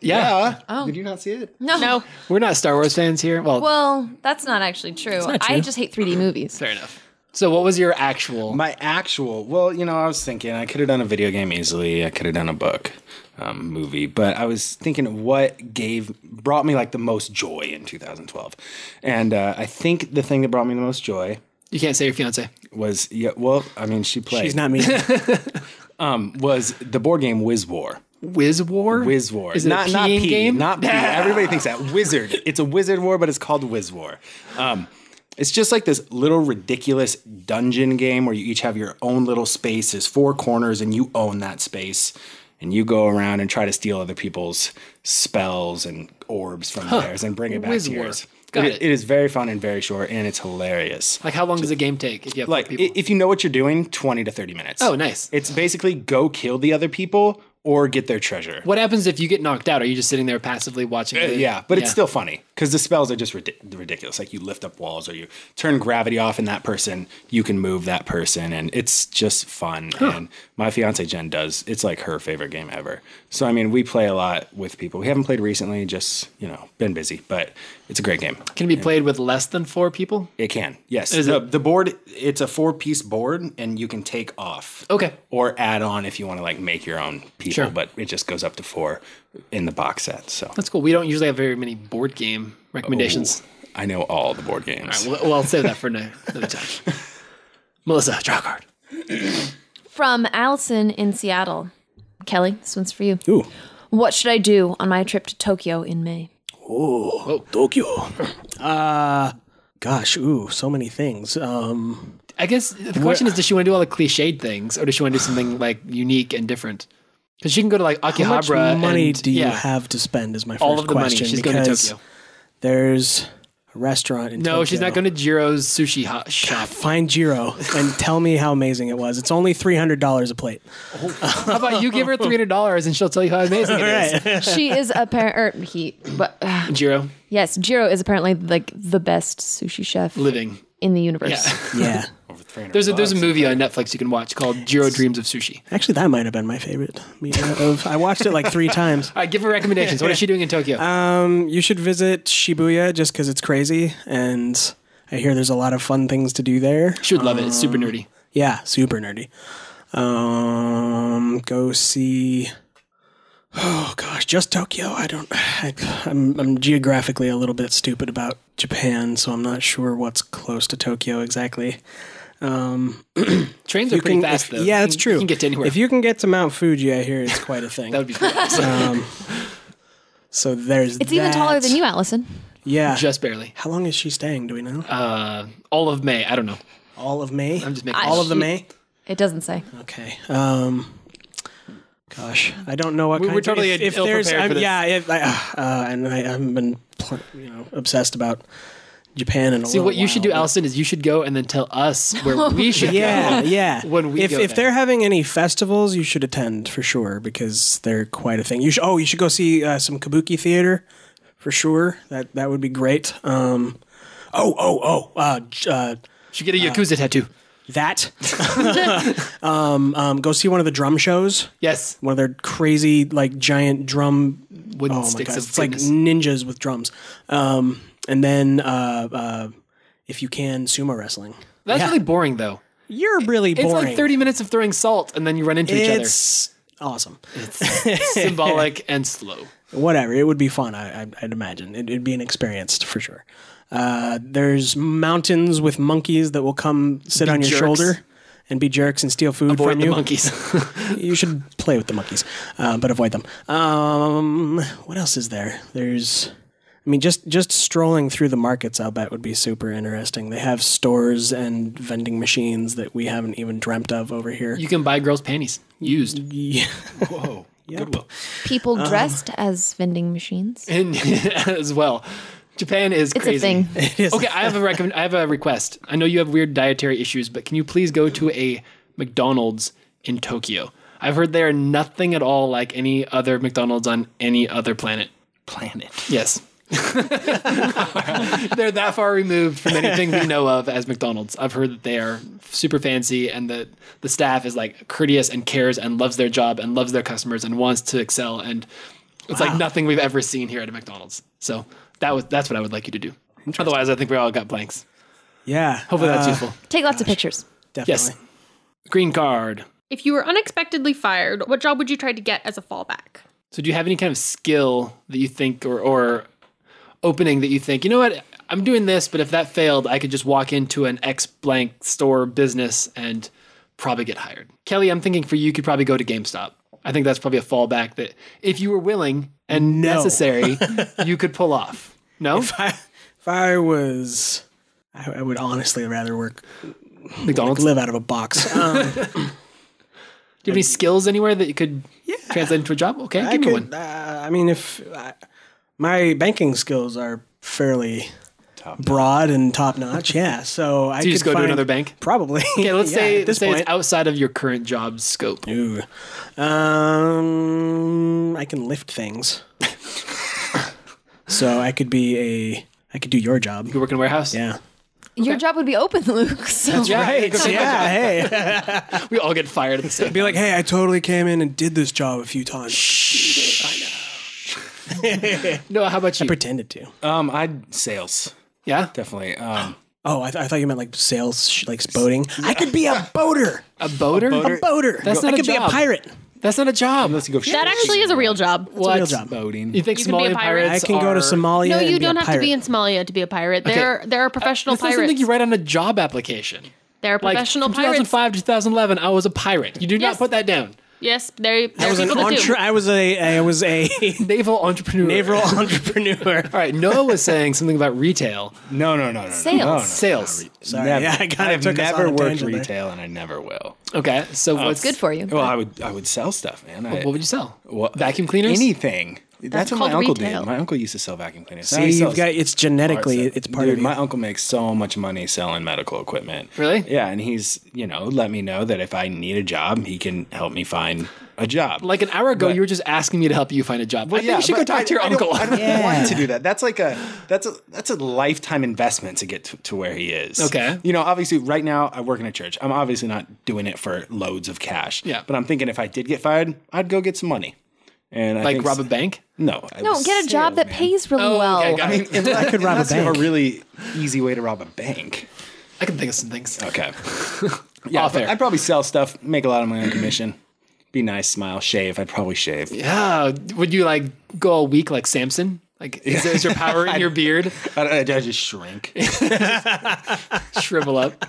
Speaker 1: Yeah.
Speaker 4: Oh.
Speaker 3: Did you not see it?
Speaker 4: No.
Speaker 5: No.
Speaker 1: We're not Star Wars fans here. Well,
Speaker 4: Well, that's not actually true. I just hate 3D movies.
Speaker 1: fair enough. So what was your actual?
Speaker 3: My actual. Well, you know, I was thinking I could have done a video game easily. I could have done a book, um, movie, but I was thinking what gave brought me like the most joy in 2012, and uh, I think the thing that brought me the most joy
Speaker 1: You can't say your fiance.
Speaker 3: was yeah. Well, I mean, she played.
Speaker 2: She's not me.
Speaker 3: was the board game Wiz War.
Speaker 1: Wiz War.
Speaker 3: Wiz War.
Speaker 1: Is it
Speaker 3: not
Speaker 1: a
Speaker 3: not
Speaker 1: peeing
Speaker 3: P,
Speaker 1: game?
Speaker 3: Not P. Everybody thinks that wizard. It's a wizard war, but it's called Wiz War. Um, it's just like this little ridiculous dungeon game where you each have your own little space. There's four corners, and you own that space. And you go around and try to steal other people's spells and orbs from theirs and bring it back
Speaker 1: Wiz
Speaker 3: to
Speaker 1: War.
Speaker 3: yours.
Speaker 1: Got
Speaker 3: It-
Speaker 1: it.
Speaker 3: it is very fun and very short, and it's hilarious.
Speaker 1: Like how long does a game take if you have four
Speaker 3: like
Speaker 1: people?
Speaker 3: i- if you know what you're doing 20 to 30 minutes
Speaker 1: Oh, nice.
Speaker 3: it's basically go kill the other people or get their treasure
Speaker 1: what happens if you get knocked out? Are you just sitting there passively watching?
Speaker 3: Uh,
Speaker 1: the-
Speaker 3: yeah but it's still funny because the spells are just ridi- ridiculous like you lift up walls or you turn gravity off in that person you can move that person and it's just fun and my fiance jen does it's like her favorite game ever so i mean we play a lot with people we haven't played recently just you know been busy but it's a great game
Speaker 1: can it be played with less than four people.
Speaker 3: It can, yes.
Speaker 1: Is
Speaker 3: the,
Speaker 1: it-
Speaker 3: the board, it's a four piece board and you can take off.
Speaker 1: Okay.
Speaker 3: Or add on if you want to like make your own people,
Speaker 1: Sure.
Speaker 3: but it just goes up to four in the box set. So
Speaker 1: That's cool. We don't usually have very many board game recommendations.
Speaker 3: I know all the board games.
Speaker 1: Well, well, I'll save that for another, another time. Melissa, draw a card.
Speaker 4: From Allison in Seattle. Kelly, this one's for you.
Speaker 2: Ooh.
Speaker 4: What should I do on my trip to Tokyo in May?
Speaker 2: Tokyo. Uh, gosh, ooh, so many things. Um,
Speaker 1: I guess the question is: does she want to do all the cliched things, or does she want to do something like unique and different? Because she can go to like Akihabara.
Speaker 2: how much money
Speaker 1: and-
Speaker 2: do you
Speaker 1: yeah,
Speaker 2: have to spend? Is my first
Speaker 1: All of the money.
Speaker 2: question.
Speaker 1: She's going to
Speaker 2: because
Speaker 1: Tokyo.
Speaker 2: There's a restaurant in
Speaker 1: No,
Speaker 2: Tokyo.
Speaker 1: she's not going to Jiro's sushi hot shop.
Speaker 2: Find Jiro and tell me how amazing it was. It's only three hundred dollars a plate.
Speaker 1: How about you give her three hundred dollars and she'll tell you how amazing it is?
Speaker 4: She is apparently he, but uh,
Speaker 1: Jiro
Speaker 4: yes, Jiro is apparently like the best sushi chef
Speaker 1: living.
Speaker 4: in the universe.
Speaker 2: Yeah,
Speaker 1: There's a there's a movie on Netflix you can watch called Jiro Dreams of Sushi.
Speaker 2: actually, that might have been my favorite. meal of, I watched it like three times.
Speaker 1: All right, give her recommendations. What is she doing in Tokyo?
Speaker 2: Um, you should visit Shibuya just because it's crazy, and I hear there's a lot of fun things to do there.
Speaker 1: she would love it. It's super nerdy.
Speaker 2: Yeah, super nerdy. Um, go see. Oh gosh, just Tokyo. I don't. I, I'm I'm geographically a little bit stupid about Japan, so I'm not sure what's close to Tokyo exactly.
Speaker 1: Trains are pretty fast
Speaker 2: if-
Speaker 1: though.
Speaker 2: Yeah,
Speaker 1: You
Speaker 2: that's
Speaker 1: can-
Speaker 2: true.
Speaker 1: You can get to anywhere.
Speaker 2: If you can get to Mount Fuji, I hear it's quite a thing.
Speaker 1: that would be pretty awesome.
Speaker 2: so there's.
Speaker 4: It's even taller than you, Allison.
Speaker 2: Yeah.
Speaker 1: just barely.
Speaker 2: How long is she staying? Do we know?
Speaker 1: Uh, all of May. I don't know.
Speaker 2: All of May.
Speaker 1: I'm just making.
Speaker 4: I-
Speaker 2: All of the
Speaker 4: she-
Speaker 2: May.
Speaker 4: It doesn't say.
Speaker 2: Okay. Um, gosh, I don't know what
Speaker 1: We-
Speaker 2: kind.
Speaker 1: we're totally
Speaker 2: if, if
Speaker 1: ill
Speaker 2: there's,
Speaker 1: prepared
Speaker 2: I'm,
Speaker 1: for this.
Speaker 2: yeah, if I, uh, and I haven't been, pl- you know, obsessed about Japan and
Speaker 1: See what you should do, Allison, is you should go and then tell us where we should
Speaker 2: Yeah,
Speaker 1: go.
Speaker 2: yeah.
Speaker 1: When we
Speaker 2: if
Speaker 1: go
Speaker 2: if
Speaker 1: there.
Speaker 2: they're having any festivals, you should attend for sure because they're quite a thing. You should. Oh, you should go see uh, some kabuki theater for sure. That that would be great. Um, oh, oh, oh. Uh, j- uh,
Speaker 1: Should get a yakuza tattoo.
Speaker 2: that. um, um, go see one of the drum shows.
Speaker 1: Yes,
Speaker 2: one of their crazy like giant drum
Speaker 1: wooden
Speaker 2: oh my
Speaker 1: sticks
Speaker 2: god
Speaker 1: of
Speaker 2: it's like
Speaker 1: goodness.
Speaker 2: ninjas with drums um and then uh uh if you can sumo wrestling
Speaker 1: That's really boring though.
Speaker 2: you're really
Speaker 1: It's
Speaker 2: boring
Speaker 1: like 30 minutes of throwing salt and then you run into each other.
Speaker 2: it's awesome
Speaker 1: symbolic and slow.
Speaker 2: whatever it would be fun I, I, i'd imagine it, it'd be an experience for sure uh there's mountains with monkeys that will come sit on your
Speaker 1: jerks.
Speaker 2: shoulder and be jerks and steal food
Speaker 1: Avoid
Speaker 2: from
Speaker 1: the
Speaker 2: you
Speaker 1: monkeys.
Speaker 2: you should play with the monkeys, uh, but avoid them. Um, what else is there? There's, I mean, just just strolling through the markets, I'll bet would be super interesting. They have stores and vending machines that we haven't even dreamt of over here.
Speaker 1: you can buy girls' panties used.
Speaker 2: yeah.
Speaker 3: Whoa. Goodwill.
Speaker 4: People dressed as vending machines.
Speaker 1: and as well. Japan is
Speaker 4: Mm-hmm. It's
Speaker 1: crazy.
Speaker 4: a thing.
Speaker 1: Okay, I have a recommend. I have a request. I know you have weird dietary issues, but can you please go to a McDonald's in Tokyo? I've heard they are nothing at all like any other McDonald's on any other planet.
Speaker 3: Planet.
Speaker 1: Yes. They're that far removed from anything we know of as McDonald's. I've heard that they are super fancy and that the staff is like courteous and cares and loves their job and loves their customers and wants to excel and it's like nothing we've ever seen here at a McDonald's. So that was that's what I would like you to do. Otherwise, I think we all got blanks.
Speaker 2: yeah.
Speaker 1: Hopefully that's
Speaker 2: uh,
Speaker 1: useful.
Speaker 4: Take lots of pictures.
Speaker 2: Definitely.
Speaker 1: Yes. Green card.
Speaker 5: If you were unexpectedly fired, what job would you try to get as a fallback?
Speaker 1: So do you have any kind of skill that you think or or opening that you think, you know what, I'm doing this, but if that failed, I could just walk into an X blank store business and probably get hired. Kelly, I'm thinking for you, you could probably go to GameStop. I think that's probably a fallback that if you were willing and
Speaker 2: No.
Speaker 1: necessary, you could pull off. No?
Speaker 2: If I, if I was, I, I would honestly rather work
Speaker 1: McDonald's?
Speaker 2: live out of a box. Um,
Speaker 1: Do you have any skills anywhere that you could translate into a job? Okay,
Speaker 2: I
Speaker 1: give me
Speaker 2: could,
Speaker 1: one.
Speaker 2: Uh, I mean, if I, my banking skills are fairly broad and top notch, yeah. So, I
Speaker 1: you just
Speaker 2: could
Speaker 1: go to
Speaker 2: find-
Speaker 1: another bank?
Speaker 2: Probably.
Speaker 1: Okay, let's
Speaker 2: Yeah,
Speaker 1: say,
Speaker 2: at
Speaker 1: let's
Speaker 2: this
Speaker 1: say
Speaker 2: point.
Speaker 1: it's outside of your current job scope.
Speaker 2: Ooh. Um, I can lift things. so I could be a. I could do your job.
Speaker 1: You work in a warehouse?
Speaker 2: Yeah.
Speaker 4: Your job would be open, Luke. So
Speaker 1: Yeah, it could be-
Speaker 2: Yeah. Hey.
Speaker 1: We all get fired at the same
Speaker 2: Be like, hey, I totally came in and did this job a few times.
Speaker 1: No, how about you?
Speaker 2: Pretended to.
Speaker 3: Um, I'd sales
Speaker 1: yeah?
Speaker 3: definitely. Um,
Speaker 2: Oh, I, th- I thought you meant like sales, sh- like boating. I could be a boater.
Speaker 1: A boater?
Speaker 2: A boater.
Speaker 1: That's
Speaker 2: I
Speaker 1: not a
Speaker 2: could be a
Speaker 1: job.
Speaker 2: pirate.
Speaker 1: That's not a job.
Speaker 3: let's go.
Speaker 5: That actually is a real job.
Speaker 1: What?
Speaker 2: real job.
Speaker 3: boating.
Speaker 1: You think
Speaker 5: You can be a
Speaker 1: Somalian
Speaker 5: pirate.
Speaker 2: I
Speaker 1: pirates
Speaker 2: can go to
Speaker 1: are-
Speaker 2: Somalia.
Speaker 5: No,
Speaker 2: and
Speaker 5: you
Speaker 2: be a
Speaker 5: don't have to
Speaker 2: pirate.
Speaker 5: be in Somalia to be a pirate. There, there are professional
Speaker 1: That's not
Speaker 5: pirates.
Speaker 1: something you write on a job application.
Speaker 5: There are
Speaker 1: Like
Speaker 5: professional
Speaker 1: from
Speaker 5: pirates.
Speaker 1: 2005 to 2011, I was a pirate. You do
Speaker 5: Yes.
Speaker 1: not put that down.
Speaker 5: Yes, there, there
Speaker 2: I
Speaker 5: are
Speaker 2: was an
Speaker 5: people that do.
Speaker 2: entre- I was a. I was a
Speaker 1: Naval entrepreneur.
Speaker 2: naval entrepreneur.
Speaker 1: All right, Noah was saying something about retail
Speaker 3: No, no, no, no, no.
Speaker 4: Sales.
Speaker 3: No, no, no.
Speaker 1: sales.
Speaker 2: Sorry,
Speaker 3: Never.
Speaker 2: yeah, I kind of
Speaker 3: I've
Speaker 2: took us on
Speaker 3: never
Speaker 2: a
Speaker 3: worked
Speaker 2: tangent there.
Speaker 3: retail, and I never will.
Speaker 1: Okay, so
Speaker 5: Oh,
Speaker 1: what's
Speaker 4: good for you.
Speaker 3: Well, I would, I would sell stuff, man. I,
Speaker 1: What would you sell?
Speaker 3: What-
Speaker 1: Vacuum cleaners.
Speaker 3: Anything. That's, what my
Speaker 5: called
Speaker 3: uncle
Speaker 5: retail.
Speaker 3: did. My uncle used to sell vacuum cleaners. Now
Speaker 2: See,
Speaker 3: he
Speaker 2: you've
Speaker 3: sells-
Speaker 2: got it's genetically.
Speaker 3: Parts
Speaker 2: It's part
Speaker 3: Dude,
Speaker 2: of you.
Speaker 3: my uncle makes so much money selling medical equipment.
Speaker 1: Really?
Speaker 3: Yeah, and he's you know let me know that if I need a job, he can help me find a job.
Speaker 1: Like an hour ago,
Speaker 3: But-
Speaker 1: you were just asking me to help you find a job. I think you should go
Speaker 3: but
Speaker 1: talk
Speaker 3: I-
Speaker 1: to your
Speaker 3: I don't-
Speaker 1: uncle.
Speaker 3: I don't want to do that. That's like a that's a that's a lifetime investment to get to, to where he is.
Speaker 1: Okay.
Speaker 3: You know, obviously, right now I work in a church. I'm obviously not doing it for loads of cash.
Speaker 1: Yeah.
Speaker 3: But I'm thinking if I did get fired, I'd go get some money. And I
Speaker 1: like
Speaker 3: think-
Speaker 1: rob a bank.
Speaker 3: No. I
Speaker 4: no,
Speaker 3: was
Speaker 4: get a job that
Speaker 3: salesman.
Speaker 4: pays really
Speaker 1: Oh, okay,
Speaker 4: well.
Speaker 1: got it.
Speaker 3: I mean, unless, I could
Speaker 2: rob a bank.
Speaker 3: A really easy way to rob a bank.
Speaker 1: I can think of some things.
Speaker 3: Okay. yeah,
Speaker 1: Off air.
Speaker 3: I'd probably sell stuff, make a lot of my own commission. Be nice, smile, shave. I'd probably shave.
Speaker 1: Yeah, Uh, would you like go all week like Samson? Like, is, there, is there power in your beard?
Speaker 3: I'd, I'd- I'd just shrink.
Speaker 1: Shrivel up,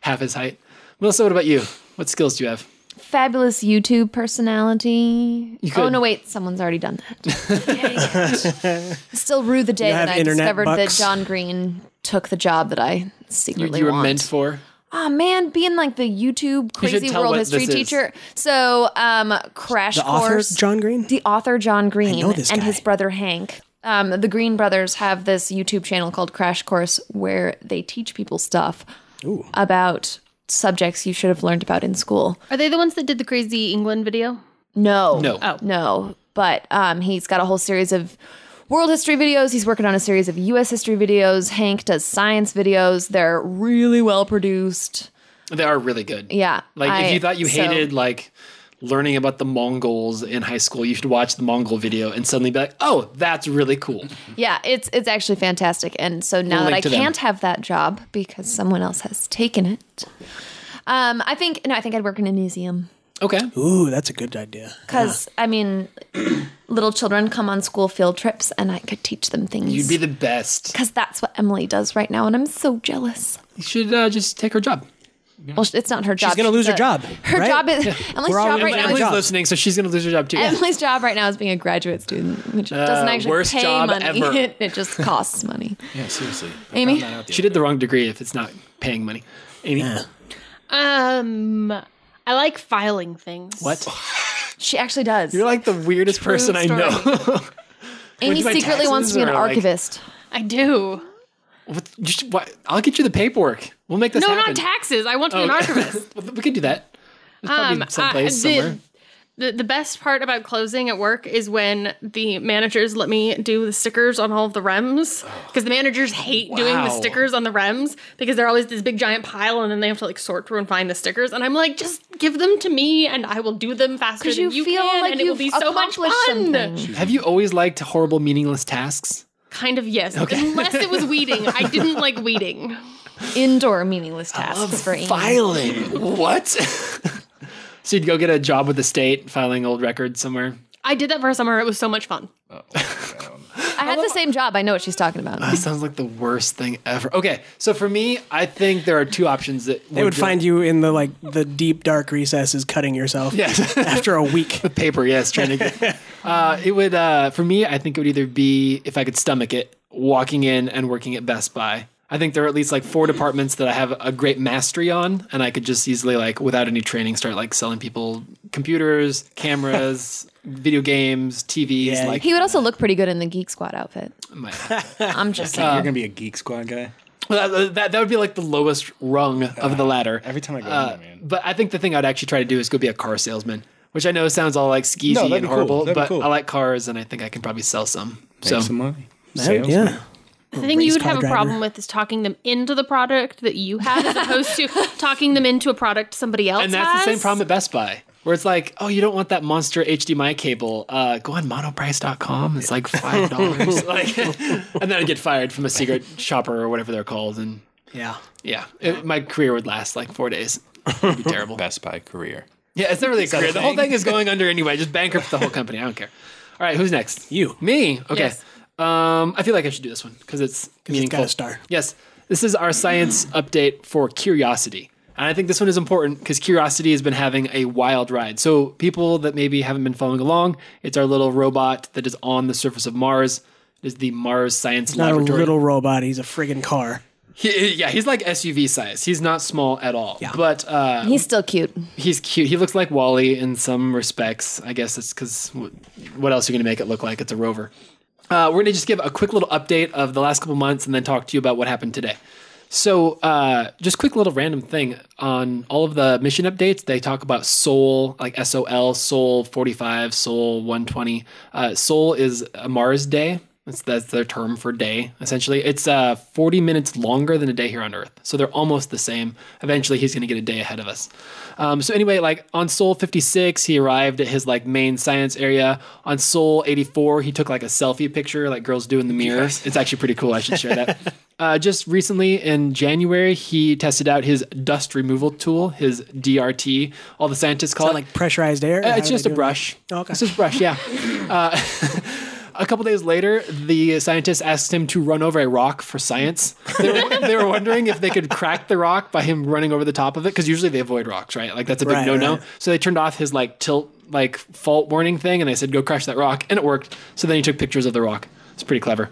Speaker 1: half his height. Melissa, what about you? What skills do you have?
Speaker 4: Fabulous YouTube personality. Oh
Speaker 1: could.
Speaker 4: no, wait, someone's already done that. Still rue the day that
Speaker 2: have
Speaker 4: I
Speaker 2: internet
Speaker 4: discovered
Speaker 2: bucks?
Speaker 4: that John Green took the job that I
Speaker 1: You,
Speaker 4: secretly
Speaker 1: you were
Speaker 4: want.
Speaker 1: meant for.
Speaker 4: Oh man, being like the YouTube crazy
Speaker 1: tell
Speaker 4: world
Speaker 1: what
Speaker 4: history
Speaker 1: this is.
Speaker 4: teacher. So, um, crash
Speaker 2: the author
Speaker 4: course.
Speaker 2: John Green.
Speaker 4: the author John Green
Speaker 2: know this
Speaker 4: and
Speaker 2: guy.
Speaker 4: his brother Hank. Um, the Green brothers have this YouTube channel called Crash Course where they teach people stuff about subjects you should have learned about in school.
Speaker 5: Are they the ones that did the crazy England video?
Speaker 4: No,
Speaker 1: No.
Speaker 5: Oh.
Speaker 4: no. But um, he's got a whole series of world history videos. He's working on a series of U.S. history videos. Hank does science videos. They're really well produced.
Speaker 1: They are really good.
Speaker 4: Yeah,
Speaker 1: Like
Speaker 4: I-
Speaker 1: if you thought you
Speaker 4: so-
Speaker 1: hated like learning about the Mongols in high school, you should watch the Mongol video and suddenly be like, "Oh, that's really cool."
Speaker 4: Yeah, it's it's actually fantastic. And so now
Speaker 1: We'll
Speaker 4: that
Speaker 1: link
Speaker 4: I
Speaker 1: to them.
Speaker 4: can't have that job because someone else has taken it, um, I think no, I think I'd work in a museum
Speaker 1: Okay.
Speaker 2: Ooh, that's a good idea.
Speaker 4: because I mean, little children come on school field trips, and I could teach them
Speaker 1: You'd
Speaker 4: things.
Speaker 1: be the best.
Speaker 4: because that's what Emily does right now, and I'm so jealous.
Speaker 1: You should uh, just take her job.
Speaker 4: Well, sh- it's not her job.
Speaker 2: She's gonna lose her
Speaker 4: the-
Speaker 2: job,
Speaker 4: Her
Speaker 2: right?
Speaker 4: job is Emily's
Speaker 2: We're all
Speaker 4: job
Speaker 2: gonna
Speaker 4: right
Speaker 2: lose our
Speaker 4: now.
Speaker 1: Emily's
Speaker 4: Is,
Speaker 2: job.
Speaker 1: listening, so oh, she's gonna lose her job too.
Speaker 4: Emily's job right now is being a graduate student, which doesn't actually
Speaker 1: worst
Speaker 4: pay
Speaker 1: job
Speaker 4: money.
Speaker 1: ever.
Speaker 4: it just costs money.
Speaker 3: yeah, seriously.
Speaker 4: Amy?
Speaker 1: She did the wrong degree if it's not paying money. Amy,
Speaker 5: Um, I like filing things.
Speaker 1: what?
Speaker 4: She actually does.
Speaker 1: You're like the weirdest person I
Speaker 5: story.
Speaker 1: know.
Speaker 4: Amy
Speaker 1: Would you buy
Speaker 4: secretly wants to be an
Speaker 1: taxes or, like-
Speaker 4: archivist.
Speaker 5: I do.
Speaker 1: What- just, what? I'll get you the paperwork. We'll make this
Speaker 5: No,
Speaker 1: happen.
Speaker 5: not taxes. I want
Speaker 1: Oh.
Speaker 5: to be an archivist.
Speaker 1: we could do that. There's probably
Speaker 5: Um,
Speaker 1: someplace
Speaker 5: I- the-
Speaker 1: somewhere.
Speaker 5: The, the best part about closing at work is when the managers let me do the stickers on all of the rems because the managers hate doing
Speaker 1: Wow.
Speaker 5: the stickers on the rems because they're always this big giant pile and then they have to like sort through and find the stickers and I'm like just give them to me and I will do them faster
Speaker 4: 'Cause
Speaker 5: than you,
Speaker 4: you feel
Speaker 5: can
Speaker 4: like
Speaker 5: and it will be
Speaker 4: you've
Speaker 5: so much
Speaker 4: accomplished
Speaker 5: fun.
Speaker 4: something.
Speaker 1: Have you always liked horrible, meaningless tasks?
Speaker 5: Kind of yes, unless it was weeding. I didn't like weeding.
Speaker 4: Indoor meaningless tasks for Amy.
Speaker 1: Filing. what? so you'd go get a job with the state, filing old records somewhere.
Speaker 5: I did that for a summer. It was so much fun.
Speaker 4: I had the same job. I know what she's talking about.
Speaker 1: That sounds like the worst thing ever. Okay, so for me, I think there are two options that
Speaker 2: They would find you in the like the deep dark recesses, cutting yourself.
Speaker 1: Yes.
Speaker 2: after a week.
Speaker 1: paper. Yes, trying to get. Uh, it would uh, for me. I think it would either be if I could stomach it, walking in and working at Best Buy. I think there are at least like four departments that I have a great mastery on, and I could just easily like without any training start like selling people computers, cameras, video games, TVs.
Speaker 2: Yeah.
Speaker 1: Like
Speaker 4: He would also look pretty good in the Geek Squad outfit.
Speaker 1: my-
Speaker 4: I'm just saying.
Speaker 3: You're gonna be a Geek Squad guy.
Speaker 1: that, that that would be like the lowest rung of the ladder.
Speaker 3: Uh,
Speaker 1: Uh,
Speaker 3: Every time I go in there, man.
Speaker 1: But I think the thing I'd actually try to do is go be a car salesman, which I know sounds all like skeezy
Speaker 3: No, that'd
Speaker 1: and
Speaker 3: be cool.
Speaker 1: horrible,
Speaker 3: That'd be
Speaker 1: but
Speaker 3: cool.
Speaker 1: I like cars and I think I can probably sell some.
Speaker 3: Make
Speaker 1: so
Speaker 3: some money.
Speaker 2: Right? Yeah.
Speaker 5: The thing you
Speaker 2: race
Speaker 5: would
Speaker 2: car
Speaker 5: have a
Speaker 2: driver.
Speaker 5: problem with is talking them into the product that you had, as opposed to talking them into a product somebody else
Speaker 1: and that's the same
Speaker 5: has.
Speaker 1: problem at Best Buy. Where it's like, oh, you don't want that monster HDMI cable. Uh, go on monoprice.com. It's like five dollars. like, and then I'd get fired from a secret shopper or whatever they're called. And
Speaker 2: Yeah.
Speaker 1: yeah, it- my career would last like four days. It'd be terrible.
Speaker 3: Best Buy career.
Speaker 1: Yeah, it's not really a career. The whole thing is going under anyway. Just bankrupt the whole company. I don't care. All right, who's next?
Speaker 2: You.
Speaker 1: Me. Okay.
Speaker 5: Yes.
Speaker 1: Um, I feel like I should do this one because it's meaningful.
Speaker 2: got a star.
Speaker 1: Yes. This is our science update for curiosity. And I think this one is important because curiosity has been having a wild ride. So, people that maybe haven't been following along, it's our little robot that is on the surface of Mars. It is the Mars Science
Speaker 2: Not a
Speaker 1: Laboratory.
Speaker 2: little robot. He's a friggin' car.
Speaker 1: He- yeah, he's like SUV size. He's not small at all. Yeah. But uh,
Speaker 4: He's still cute.
Speaker 1: he's cute. He looks like Wally in some respects. I guess it's because what else are you going to make it look like? It's a rover. Uh, we're going to just give a quick little update of the last couple months and then talk to you about what happened today. So, uh, just quick little random thing on all of the mission updates. They talk about Sol, like S O L, Sol 45, Sol 120. Uh, Sol is a Mars day. That's, that's their term for day, essentially. It's uh, 40 minutes longer than a day here on Earth. So they're almost the same. Eventually, he's going to get a day ahead of us. Um, so anyway, like on Sol 56, he arrived at his like main science area. On Sol 84, he took like a selfie picture, like girls do in the mirror. It's actually pretty cool. I should share that. uh, just recently in January, he tested out his dust removal tool, his DRT. All the scientists call
Speaker 2: Is that
Speaker 1: it
Speaker 2: like pressurized air?
Speaker 1: uh, it's just a brush.
Speaker 2: Oh, okay.
Speaker 1: It's just a brush, yeah. Uh, a couple days later, the scientist asked him to run over a rock for science. They were, they were wondering if they could crack the rock by him running over the top of it, because usually they avoid rocks, right? Like that's a big
Speaker 2: Right,
Speaker 1: no-no.
Speaker 2: right.
Speaker 1: So they turned off his like tilt, like fault warning thing, and they said go crash that rock, and it worked. So then he took pictures of the rock. It's pretty clever.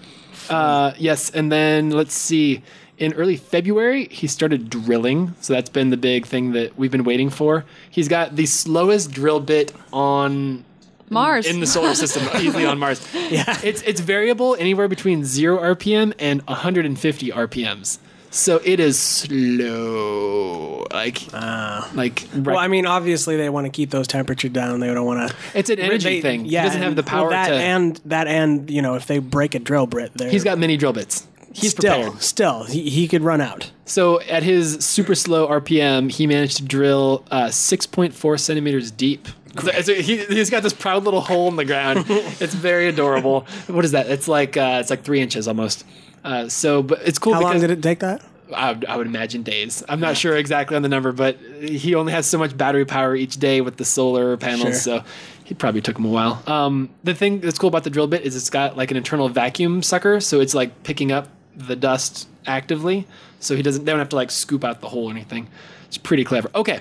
Speaker 1: Uh, yes, and then let's see. In early February, he started drilling. So that's been the big thing that we've been waiting for. He's got the slowest drill bit on
Speaker 4: Mars.
Speaker 1: in the solar system, easily on Mars. Yeah, it's it's variable anywhere between zero RPM and 150 RPMs. So it is slow, like like
Speaker 2: Ah. Well, I mean, obviously they want to keep those temperature down. They don't want to.
Speaker 1: it's an energy thing. he doesn't have the power
Speaker 2: that
Speaker 1: to.
Speaker 2: and that and you know if they break a drill bit, there
Speaker 1: he's got many drill bits. He's
Speaker 2: still
Speaker 1: prepared.
Speaker 2: still he, he could run out.
Speaker 1: So at his super slow RPM, he managed to drill uh, 6.4 centimeters deep. So- so he, has got this proud little hole in the ground. it's very adorable. What is that? It's like uh, it's like three inches almost. Uh, so, but it's cool
Speaker 2: How
Speaker 1: because
Speaker 2: long did it take that?
Speaker 1: I, would- I would imagine days. I'm not sure exactly on the number, but he only has so much battery power each day with the solar panels,
Speaker 2: Sure.
Speaker 1: so it probably took him a while. Um, the thing that's cool about the drill bit is it's got like an internal vacuum sucker, so it's like picking up the dust actively, so he doesn't. They don't have to like scoop out the hole or anything. It's pretty clever. Okay,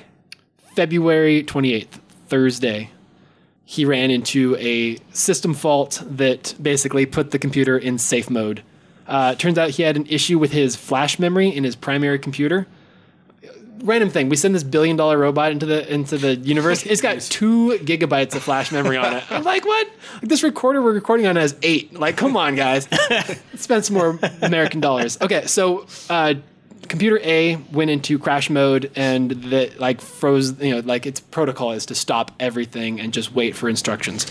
Speaker 1: February 28th, Thursday. He ran into a system fault that basically put the computer in safe mode. Uh, turns out he had an issue with his flash memory in his primary computer. Random thing. We send this billion dollar robot into the into the universe. It's got two gigabytes of flash memory on it. I'm like, what? Like, this recorder we're recording on has eight. Like, come on, guys. Spend some more American dollars. Okay, so uh, computer A went into crash mode and that like froze. You know, like its protocol is to stop everything and just wait for instructions.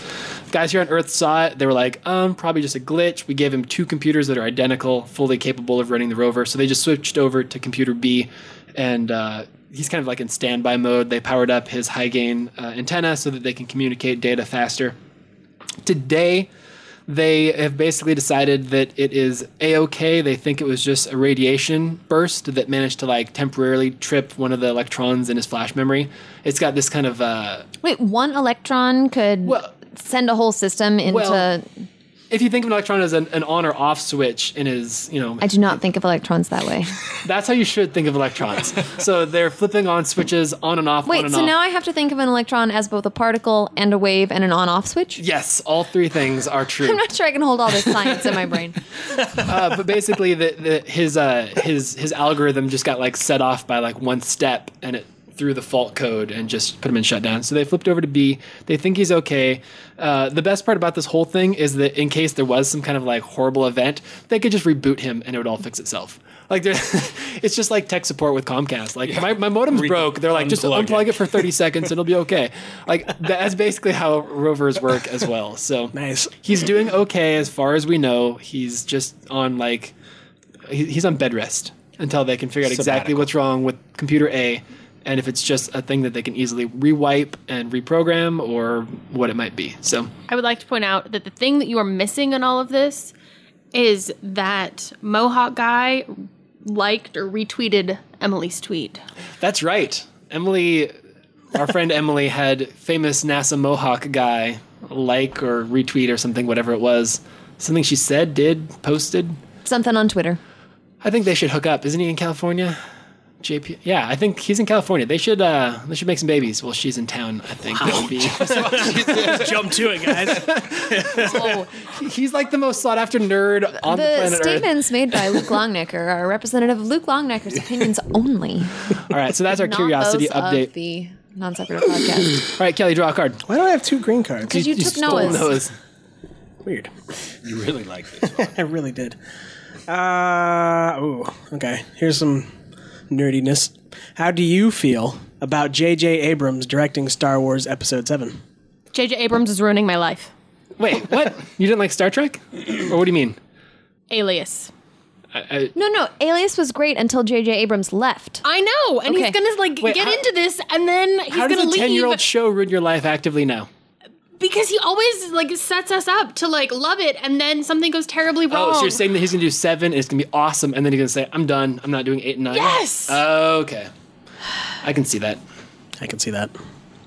Speaker 1: Guys here on Earth saw it. They were like, um, probably just a glitch. We gave him two computers that are identical, fully capable of running the rover. So they just switched over to computer B, and uh, he's kind of like in standby mode. They powered up his high gain uh, antenna so that they can communicate data faster. Today they have basically decided that it is a-ok they think it was just a radiation burst that managed to like temporarily trip one of the electrons in his flash memory it's got this kind of uh
Speaker 4: Wait, one electron could
Speaker 1: Well-
Speaker 4: send a whole system into.
Speaker 1: Well, if you think of an electron as an, an on or off switch in his, you know,
Speaker 4: I do not think of electrons that way.
Speaker 1: that's how you should think of electrons. so they're flipping on switches on and off. on
Speaker 4: Wait,
Speaker 1: and
Speaker 4: so
Speaker 1: off.
Speaker 4: now I have to think of an electron as both a particle and a wave and an on off switch?
Speaker 1: Yes, all three things are true.
Speaker 4: I'm not sure I can hold all this science in my brain.
Speaker 1: uh, but basically, the, the, his uh, his his algorithm just got like set off by like one step, and it threw the fault code and just put him in shutdown. So they flipped over to B. They think he's okay. Uh, the best part about this whole thing is that in case there was some kind of like horrible event, they could just reboot him and it would all fix itself. Like there- it's just like tech support with Comcast. Like my, my modem's broke. They're like just
Speaker 3: unplug
Speaker 1: unplug
Speaker 3: it."
Speaker 1: it for 30 seconds and it'll be okay. Like that's basically how rovers work as well. So
Speaker 2: Nice.
Speaker 1: he's doing okay as far as we know. He's just on like he- he's on bed rest until they can figure out exactly
Speaker 3: Sabbatical.
Speaker 1: what's wrong with computer A and if it's just a thing that they can easily rewipe and reprogram or what it might be. So
Speaker 5: I would like to point out that the thing that you are missing in all of this is that Mohawk guy liked or retweeted Emily's tweet.
Speaker 1: that's right. Emily our friend Emily had famous NASA Mohawk guy like or retweet or something whatever it was. Something she said, did, posted.
Speaker 4: Something on Twitter.
Speaker 1: I think they should hook up. Isn't he in California? JP. Yeah, I think he's in California. They should uh they should make some babies. Well, she's in town, I think. That would be-
Speaker 2: Jump to it, guys.
Speaker 1: he's like the most sought after nerd on the,
Speaker 4: the
Speaker 1: planet Earth.
Speaker 4: statements made by Luke Longnecker are representative of Luke Longnecker's opinions only.
Speaker 1: All right, so that's our
Speaker 4: not
Speaker 1: curiosity
Speaker 4: those
Speaker 1: update.
Speaker 4: Of the non sequitur podcast.
Speaker 1: All right, Kelly, draw a card.
Speaker 2: Why do I have two green cards?
Speaker 4: Because you, took
Speaker 1: stole
Speaker 4: Noah's.
Speaker 1: those.
Speaker 2: Weird.
Speaker 3: You really like this. One.
Speaker 2: I really did. Uh, ooh, okay. Here's some nerdiness. How do you feel about J.J. Abrams directing Star Wars Episode 7?
Speaker 5: JJ Abrams is ruining my life.
Speaker 1: Wait, what? You didn't like Star Trek? Or what do you mean?
Speaker 5: Alias.
Speaker 4: No, no. Alias was great until J.J. Abrams left.
Speaker 5: I know, and
Speaker 4: Okay.
Speaker 5: he's gonna like
Speaker 1: Wait,
Speaker 5: get
Speaker 1: how-
Speaker 5: into this, and then he's
Speaker 1: How
Speaker 5: gonna
Speaker 1: does a ten year
Speaker 5: leave
Speaker 1: old show ruin your life actively now?
Speaker 5: because he always like sets us up to like love it, and then something goes terribly wrong.
Speaker 1: Oh, so you're saying that he's gonna do seven, and it's gonna be awesome, and then he's gonna say, I'm done, I'm not doing eight and nine.
Speaker 5: Yes!
Speaker 1: Okay. I can see that.
Speaker 2: I can see that.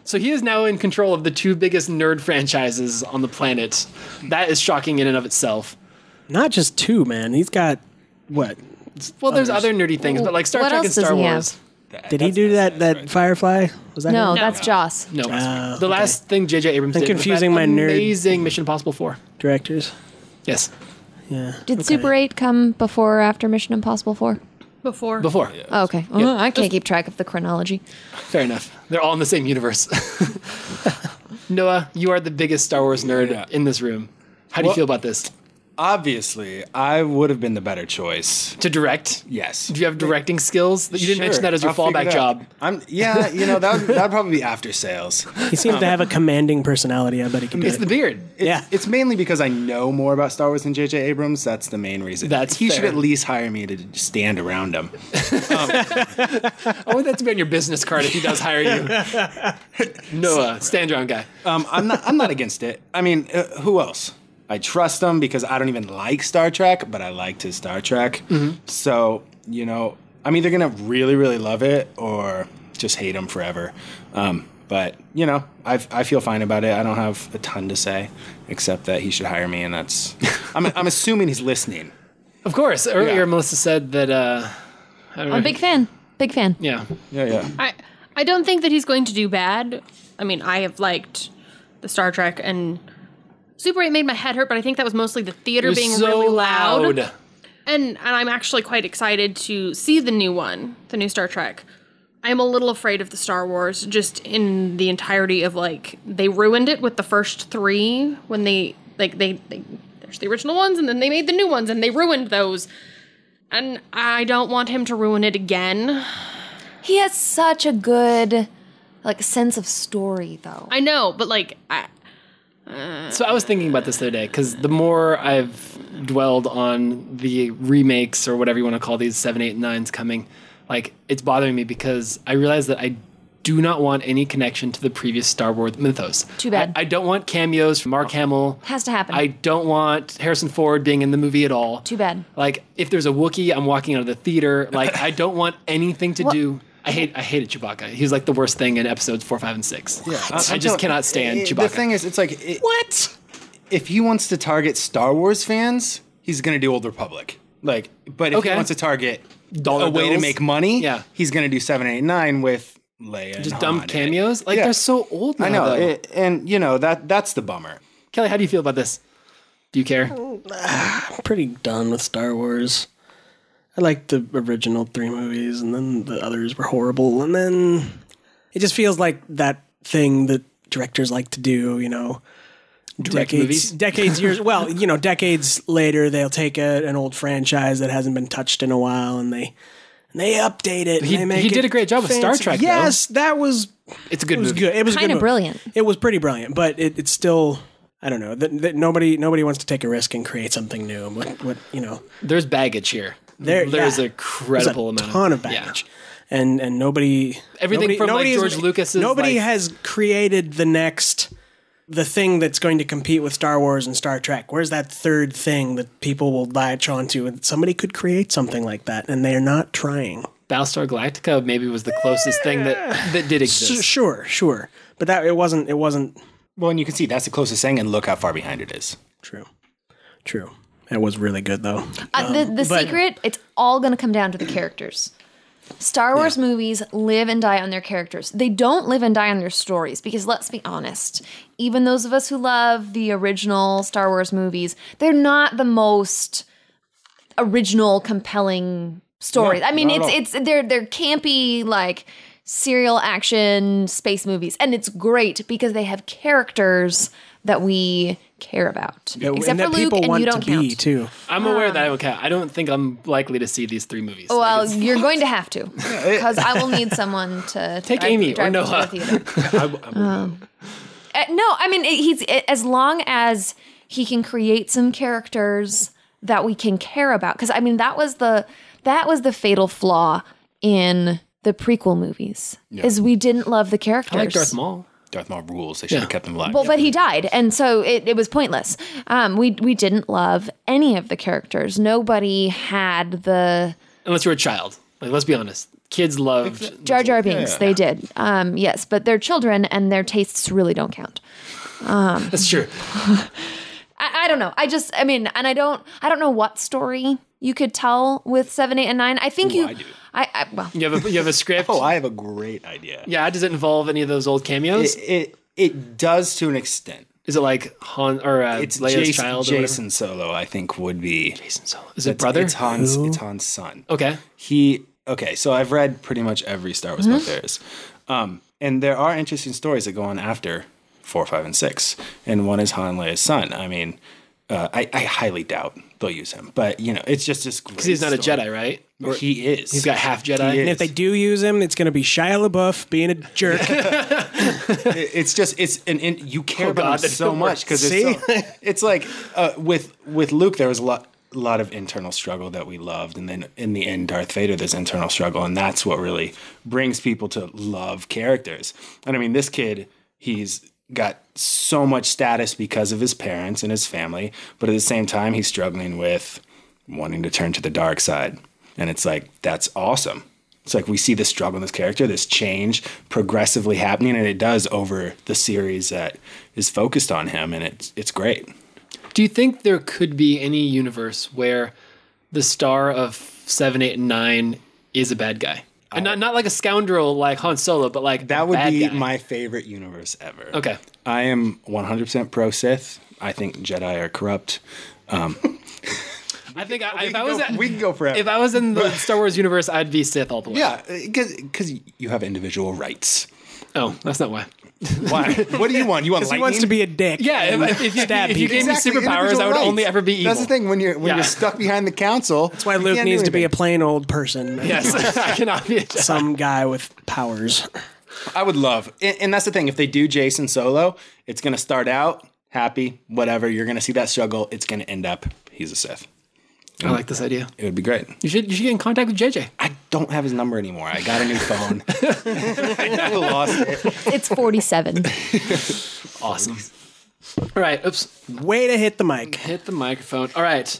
Speaker 1: So he is now in control of the two biggest nerd franchises on the planet. That is shocking in and of itself.
Speaker 2: Not just two, man. He's got, what?
Speaker 1: Well, there's other nerdy things, but like Star
Speaker 4: What
Speaker 1: Trek and
Speaker 4: else does
Speaker 1: Star
Speaker 4: he
Speaker 1: Wars.
Speaker 2: Did he do that, that Firefly? Was that
Speaker 4: No,
Speaker 2: him?
Speaker 4: that's Joss.
Speaker 1: No,
Speaker 3: Ah,
Speaker 2: Oh,
Speaker 1: the
Speaker 2: okay.
Speaker 1: last thing J.J. Abrams
Speaker 2: I'm
Speaker 1: did was
Speaker 2: confusing
Speaker 1: that
Speaker 2: my nerd-
Speaker 1: Amazing Mission Impossible four.
Speaker 2: Directors?
Speaker 1: Yes,
Speaker 2: Yeah.
Speaker 4: Did Super 8 come before or after Mission Impossible 4?
Speaker 5: before.
Speaker 1: before.
Speaker 4: Oh, okay. Oh, I can't keep track of the chronology.
Speaker 1: Fair enough. They're all in the same universe. Noah, you are the biggest Star Wars nerd
Speaker 3: Yeah.
Speaker 1: in this room. How do you
Speaker 3: Well-
Speaker 1: feel about this?
Speaker 3: Obviously, I would have been the better choice.
Speaker 1: To direct?
Speaker 3: Yes.
Speaker 1: Do you have directing skills? You didn't
Speaker 3: Sure,
Speaker 1: mention that as your
Speaker 3: I'll figure it
Speaker 1: fallback
Speaker 3: out.
Speaker 1: job.
Speaker 3: I'm yeah, you know that would, that'd probably be after sales.
Speaker 2: He seems to have a commanding personality. I bet he can do
Speaker 1: It's
Speaker 2: it.
Speaker 1: the beard.
Speaker 2: yeah.
Speaker 3: It's mainly because I know more about Star Wars than J.J. Abrams. That's the main reason.
Speaker 1: That's
Speaker 3: he
Speaker 1: fair.
Speaker 3: should at least hire me to stand around him.
Speaker 1: I want Oh, that to be on your business card if he does hire you. Noah, stand your own guy.
Speaker 3: Um, I'm not. I'm not against it. I mean, uh, who else? I trust him because I don't even like Star Trek, but I liked his Star Trek. So you know, I'm either gonna really, really love it or just hate him forever. Um, but you know, I I feel fine about it. I don't have a ton to say except that he should hire me, and that's. I'm I'm assuming he's listening.
Speaker 1: Of course. Earlier,
Speaker 3: Yeah.
Speaker 1: Melissa said that. Uh, I don't
Speaker 4: I'm a
Speaker 1: know.
Speaker 4: big fan. Big fan.
Speaker 1: Yeah.
Speaker 3: Yeah, yeah.
Speaker 5: I I don't think that he's going to do bad. I mean, I have liked the Star Trek and Super 8 made my head hurt, but I think that was mostly the theater being really loud. And and I'm actually quite excited to see the new one, the new Star Trek. I'm a little afraid of the Star Wars just in the entirety of like they ruined it with the first 3 when they like they, they there's the original ones and then they made the new ones and they ruined those. And I don't want him to ruin it again.
Speaker 4: He has such a good like sense of story though.
Speaker 5: I know, but like I
Speaker 1: So I was thinking about this the other day because the more I've dwelled on the remakes or whatever you want to call these seven, eight, and nines coming, like it's bothering me because I realize that I do not want any connection to the previous Star Wars mythos.
Speaker 4: Too bad.
Speaker 1: I, I don't want cameos from Mark Hamill.
Speaker 4: Has to happen.
Speaker 1: I don't want Harrison Ford being in the movie at all.
Speaker 4: Too bad.
Speaker 1: Like if there's a Wookiee, I'm walking out of the theater. Like I don't want anything to
Speaker 4: What-
Speaker 1: do. I hate I hated Chewbacca. He was like the worst thing in episodes four, five, and six.
Speaker 3: Yeah, eh,
Speaker 1: I, I just cannot stand
Speaker 3: it,
Speaker 1: Chewbacca.
Speaker 3: The thing is, it's like it,
Speaker 2: What?
Speaker 3: if he wants to target Star Wars fans, he's gonna do Old Republic. Like, but if
Speaker 1: Okay.
Speaker 3: he wants to target
Speaker 1: Dollar
Speaker 3: a way to
Speaker 1: bills?
Speaker 3: make money,
Speaker 1: Yeah.
Speaker 3: he's gonna do seven eight nine with Leia. and
Speaker 1: Just
Speaker 3: Han
Speaker 1: dumb
Speaker 3: in it.
Speaker 1: cameos. Like
Speaker 3: Yeah.
Speaker 1: they're so old now.
Speaker 3: I know,
Speaker 1: though.
Speaker 3: it, and you know that that's the bummer.
Speaker 1: Kelly, how do you feel about this? Do you care?
Speaker 2: I'm pretty done with Star Wars. I liked the original three movies, and then the others were horrible. And then it just feels like that thing that directors like to do, you know.
Speaker 1: Direct
Speaker 2: decades,
Speaker 1: movies?
Speaker 2: decades, years. Well, you know, decades later, they'll take a, an old franchise that hasn't been touched in a while, and they and they update it. and
Speaker 1: He-
Speaker 2: they make
Speaker 1: he did
Speaker 2: it
Speaker 1: a great job with Star
Speaker 2: fancy.
Speaker 1: Trek, though.
Speaker 2: Yes, that was
Speaker 1: It's a good
Speaker 2: it was
Speaker 1: movie.
Speaker 2: good. It was a
Speaker 4: Kinda
Speaker 2: good movie.
Speaker 4: brilliant.
Speaker 2: It was pretty brilliant, but it, it's still I don't know that, that nobody nobody wants to take a risk and create something new. What, what you know,
Speaker 1: There's baggage here.
Speaker 2: There-
Speaker 1: there's
Speaker 2: yeah.
Speaker 1: a credible
Speaker 2: there's a
Speaker 1: amount.
Speaker 2: ton of
Speaker 1: yeah.
Speaker 2: baggage, and and nobody
Speaker 1: Everything
Speaker 2: nobody,
Speaker 1: from, like,
Speaker 2: nobody is-
Speaker 1: George Lucas's,
Speaker 2: Nobody
Speaker 1: like-
Speaker 2: has created the next the thing that's going to compete with Star Wars and Star Trek. Where's that third thing that people will latch onto? And somebody could create something like that, and they are not trying.
Speaker 1: Battlestar Galactica maybe was the closest thing that that did
Speaker 2: S-
Speaker 1: exist.
Speaker 2: sure, sure, but that it wasn't. It wasn't
Speaker 3: Well, and you can see that's the closest thing, and look how far behind it is.
Speaker 2: true. True. That was really good though.
Speaker 4: Uh, the the
Speaker 2: Um, but-
Speaker 4: secret, it's all going to come down to the characters. Star Wars movies live and die on their characters. They don't live and die on their stories because let's be honest, even those of us who love the original Star Wars movies, they're not the most original, compelling stories. I mean,
Speaker 3: not at
Speaker 4: it's
Speaker 3: all.
Speaker 4: it's they're they're campy like serial action space movies, and it's great because they have characters that we care about,
Speaker 2: Yeah,
Speaker 4: except for
Speaker 2: that
Speaker 4: Luke,
Speaker 2: people
Speaker 4: and
Speaker 2: want
Speaker 4: you don't
Speaker 2: to
Speaker 4: count.
Speaker 2: be too.
Speaker 1: I'm aware that I don't count. I don't think I'm likely to see these three movies. Like,
Speaker 4: Oh, Well,
Speaker 1: it's-
Speaker 4: you're going to have to because I will need someone to
Speaker 1: Take
Speaker 4: drive-
Speaker 1: Amy or
Speaker 4: drive me to
Speaker 1: Noah.
Speaker 4: the theater.
Speaker 3: I, I,
Speaker 4: Uh, no, I mean it- he's it, as long as he can create some characters that we can care about. Because I mean that was the that was the fatal flaw in the prequel movies is we didn't love the characters.
Speaker 1: I like Darth Maul.
Speaker 3: Darth Maul rules. They should have
Speaker 1: Yeah.
Speaker 3: kept him alive.
Speaker 4: Well, but he died, and so it, it was pointless. Um, we we didn't love any of the characters. Nobody had the
Speaker 1: Unless you were a child. Like let's be honest. Kids loved
Speaker 4: Jar Jar Binks. They did. Um, yes, but they're children and their tastes really don't count.
Speaker 1: that's true.
Speaker 4: I, I don't know. I just, I mean, and I don't, I don't know what story you could tell with seven, eight, and nine. I think you,
Speaker 3: I do.
Speaker 4: I, I well,
Speaker 1: You have a you have a script.
Speaker 3: oh, I have a great idea.
Speaker 1: yeah, does it involve any of those old cameos?
Speaker 3: It, it it does to an extent.
Speaker 1: Is it like Han or uh,
Speaker 3: It's
Speaker 1: Leia's
Speaker 3: Jason,
Speaker 1: child? Or whatever?
Speaker 3: Jason Solo, I think, would be
Speaker 1: Jason Solo. Is it brother?
Speaker 3: It's Han's. It's Han's son.
Speaker 1: Okay.
Speaker 3: He okay. So I've read pretty much every Star Wars
Speaker 1: Mm-hmm.
Speaker 3: book there is, um, and there are interesting stories that go on after four, five, and six. And one is Han Leia's son. I mean, uh, I, I highly doubt they'll use him, but you know, it's just this. Because
Speaker 1: He's not a Jedi, right? Or
Speaker 3: He is.
Speaker 1: he's got half Jedi.
Speaker 3: He
Speaker 2: And if they do use him, it's going to be Shia LaBeouf being a jerk.
Speaker 3: it's just it's an in, you care
Speaker 1: Oh,
Speaker 3: about
Speaker 1: God,
Speaker 3: him
Speaker 1: that
Speaker 3: so
Speaker 1: didn't work.
Speaker 3: much because it's, so, it's like uh, with with Luke there was a lot a lot of internal struggle that we loved and then in the end Darth Vader there's internal struggle and that's what really brings people to love characters and I mean this kid he's got so much status because of his parents and his family but at the same time he's struggling with wanting to turn to the dark side and it's like that's awesome it's like we see this struggle in this character, this change progressively happening, and it does over the series that is focused on him, and it's it's great.
Speaker 1: Do you think there could be any universe where the star of seven, eight, and nine is a bad guy, and not not like a scoundrel like Han Solo, but like a
Speaker 3: That would
Speaker 1: bad
Speaker 3: be
Speaker 1: guy?
Speaker 3: my Uh, favorite universe ever.
Speaker 1: okay.
Speaker 3: I am 100% pro Sith. I think Jedi are corrupt. Um,
Speaker 1: I think I, if I was at,
Speaker 3: we can go forever.
Speaker 1: if I was in the Star Wars universe, I'd be Sith all the way.
Speaker 3: yeah, because you have individual rights.
Speaker 1: Oh, that's not why.
Speaker 3: Why? what do you want? You want
Speaker 2: he wants to be a dick.
Speaker 1: Yeah, if, if, if, you-
Speaker 2: Stab
Speaker 1: if you
Speaker 2: people.
Speaker 1: gave me superpowers, I would only ever be evil.
Speaker 3: That's the thing when you're when
Speaker 1: Yeah.
Speaker 3: you're stuck behind the council.
Speaker 2: That's why Luke needs to be a plain old person.
Speaker 1: Yes, I cannot be. A Jedi.
Speaker 2: Some guy with powers.
Speaker 3: I would love, and, and that's the thing. If they do Jason Solo, it's going to start out happy, whatever. You're going to see that struggle. It's going to end up he's a Sith.
Speaker 1: I like this idea.
Speaker 3: It would be great.
Speaker 1: You should you should get in contact with JJ.
Speaker 3: I don't have his number anymore. I got a new phone. I lost it.
Speaker 4: it's forty-seven.
Speaker 1: Awesome. All right. Oops.
Speaker 2: Way to hit the mic.
Speaker 1: Hit the microphone. All right.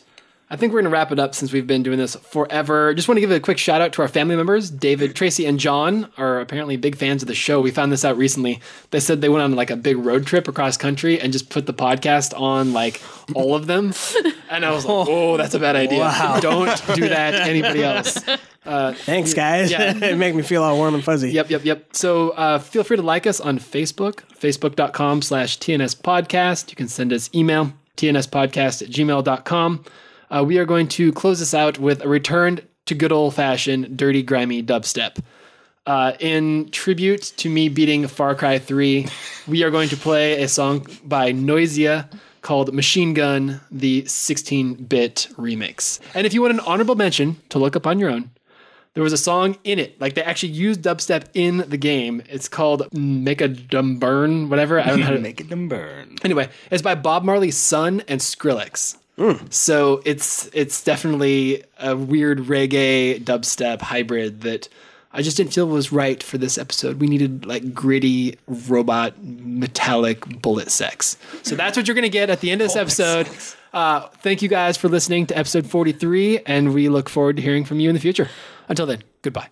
Speaker 1: I think we're going to wrap it up since we've been doing this forever. Just want to give a quick shout out to our family members. David, Tracy, and John are apparently big fans of the show. We found this out recently. They said they went on like a big road trip across country and just put the podcast on like all of them. And I was like, oh, that's a bad idea.
Speaker 2: Wow.
Speaker 1: Don't do that to anybody else.
Speaker 2: Thanks, guys.
Speaker 1: Yeah.
Speaker 2: it made me feel all warm and fuzzy.
Speaker 1: Yep, yep, yep. So uh, feel free to like us on Facebook, facebook.com slash TNS podcast. You can send us email, tnspodcast at gmail.com. Uh, we are going to close this out with a return to good old fashioned, dirty, grimy dubstep. Uh, in tribute to me beating Far Cry 3, we are going to play a song by Noisia called Machine Gun, the 16 bit remix. And if you want an honorable mention to look up on your own, there was a song in it. Like they actually used dubstep in the game. It's called Make a Dumb Burn, whatever. I don't know how to
Speaker 3: Make it them burn.
Speaker 1: Anyway, it's by Bob Marley's son and Skrillex. So it's it's definitely a weird reggae dubstep hybrid that I just didn't feel was right for this episode. We needed like gritty robot metallic bullet sex. So that's what you're gonna get at the end of this episode. Uh, thank you guys for listening to episode 43, and we look forward to hearing from you in the future. Until then, goodbye.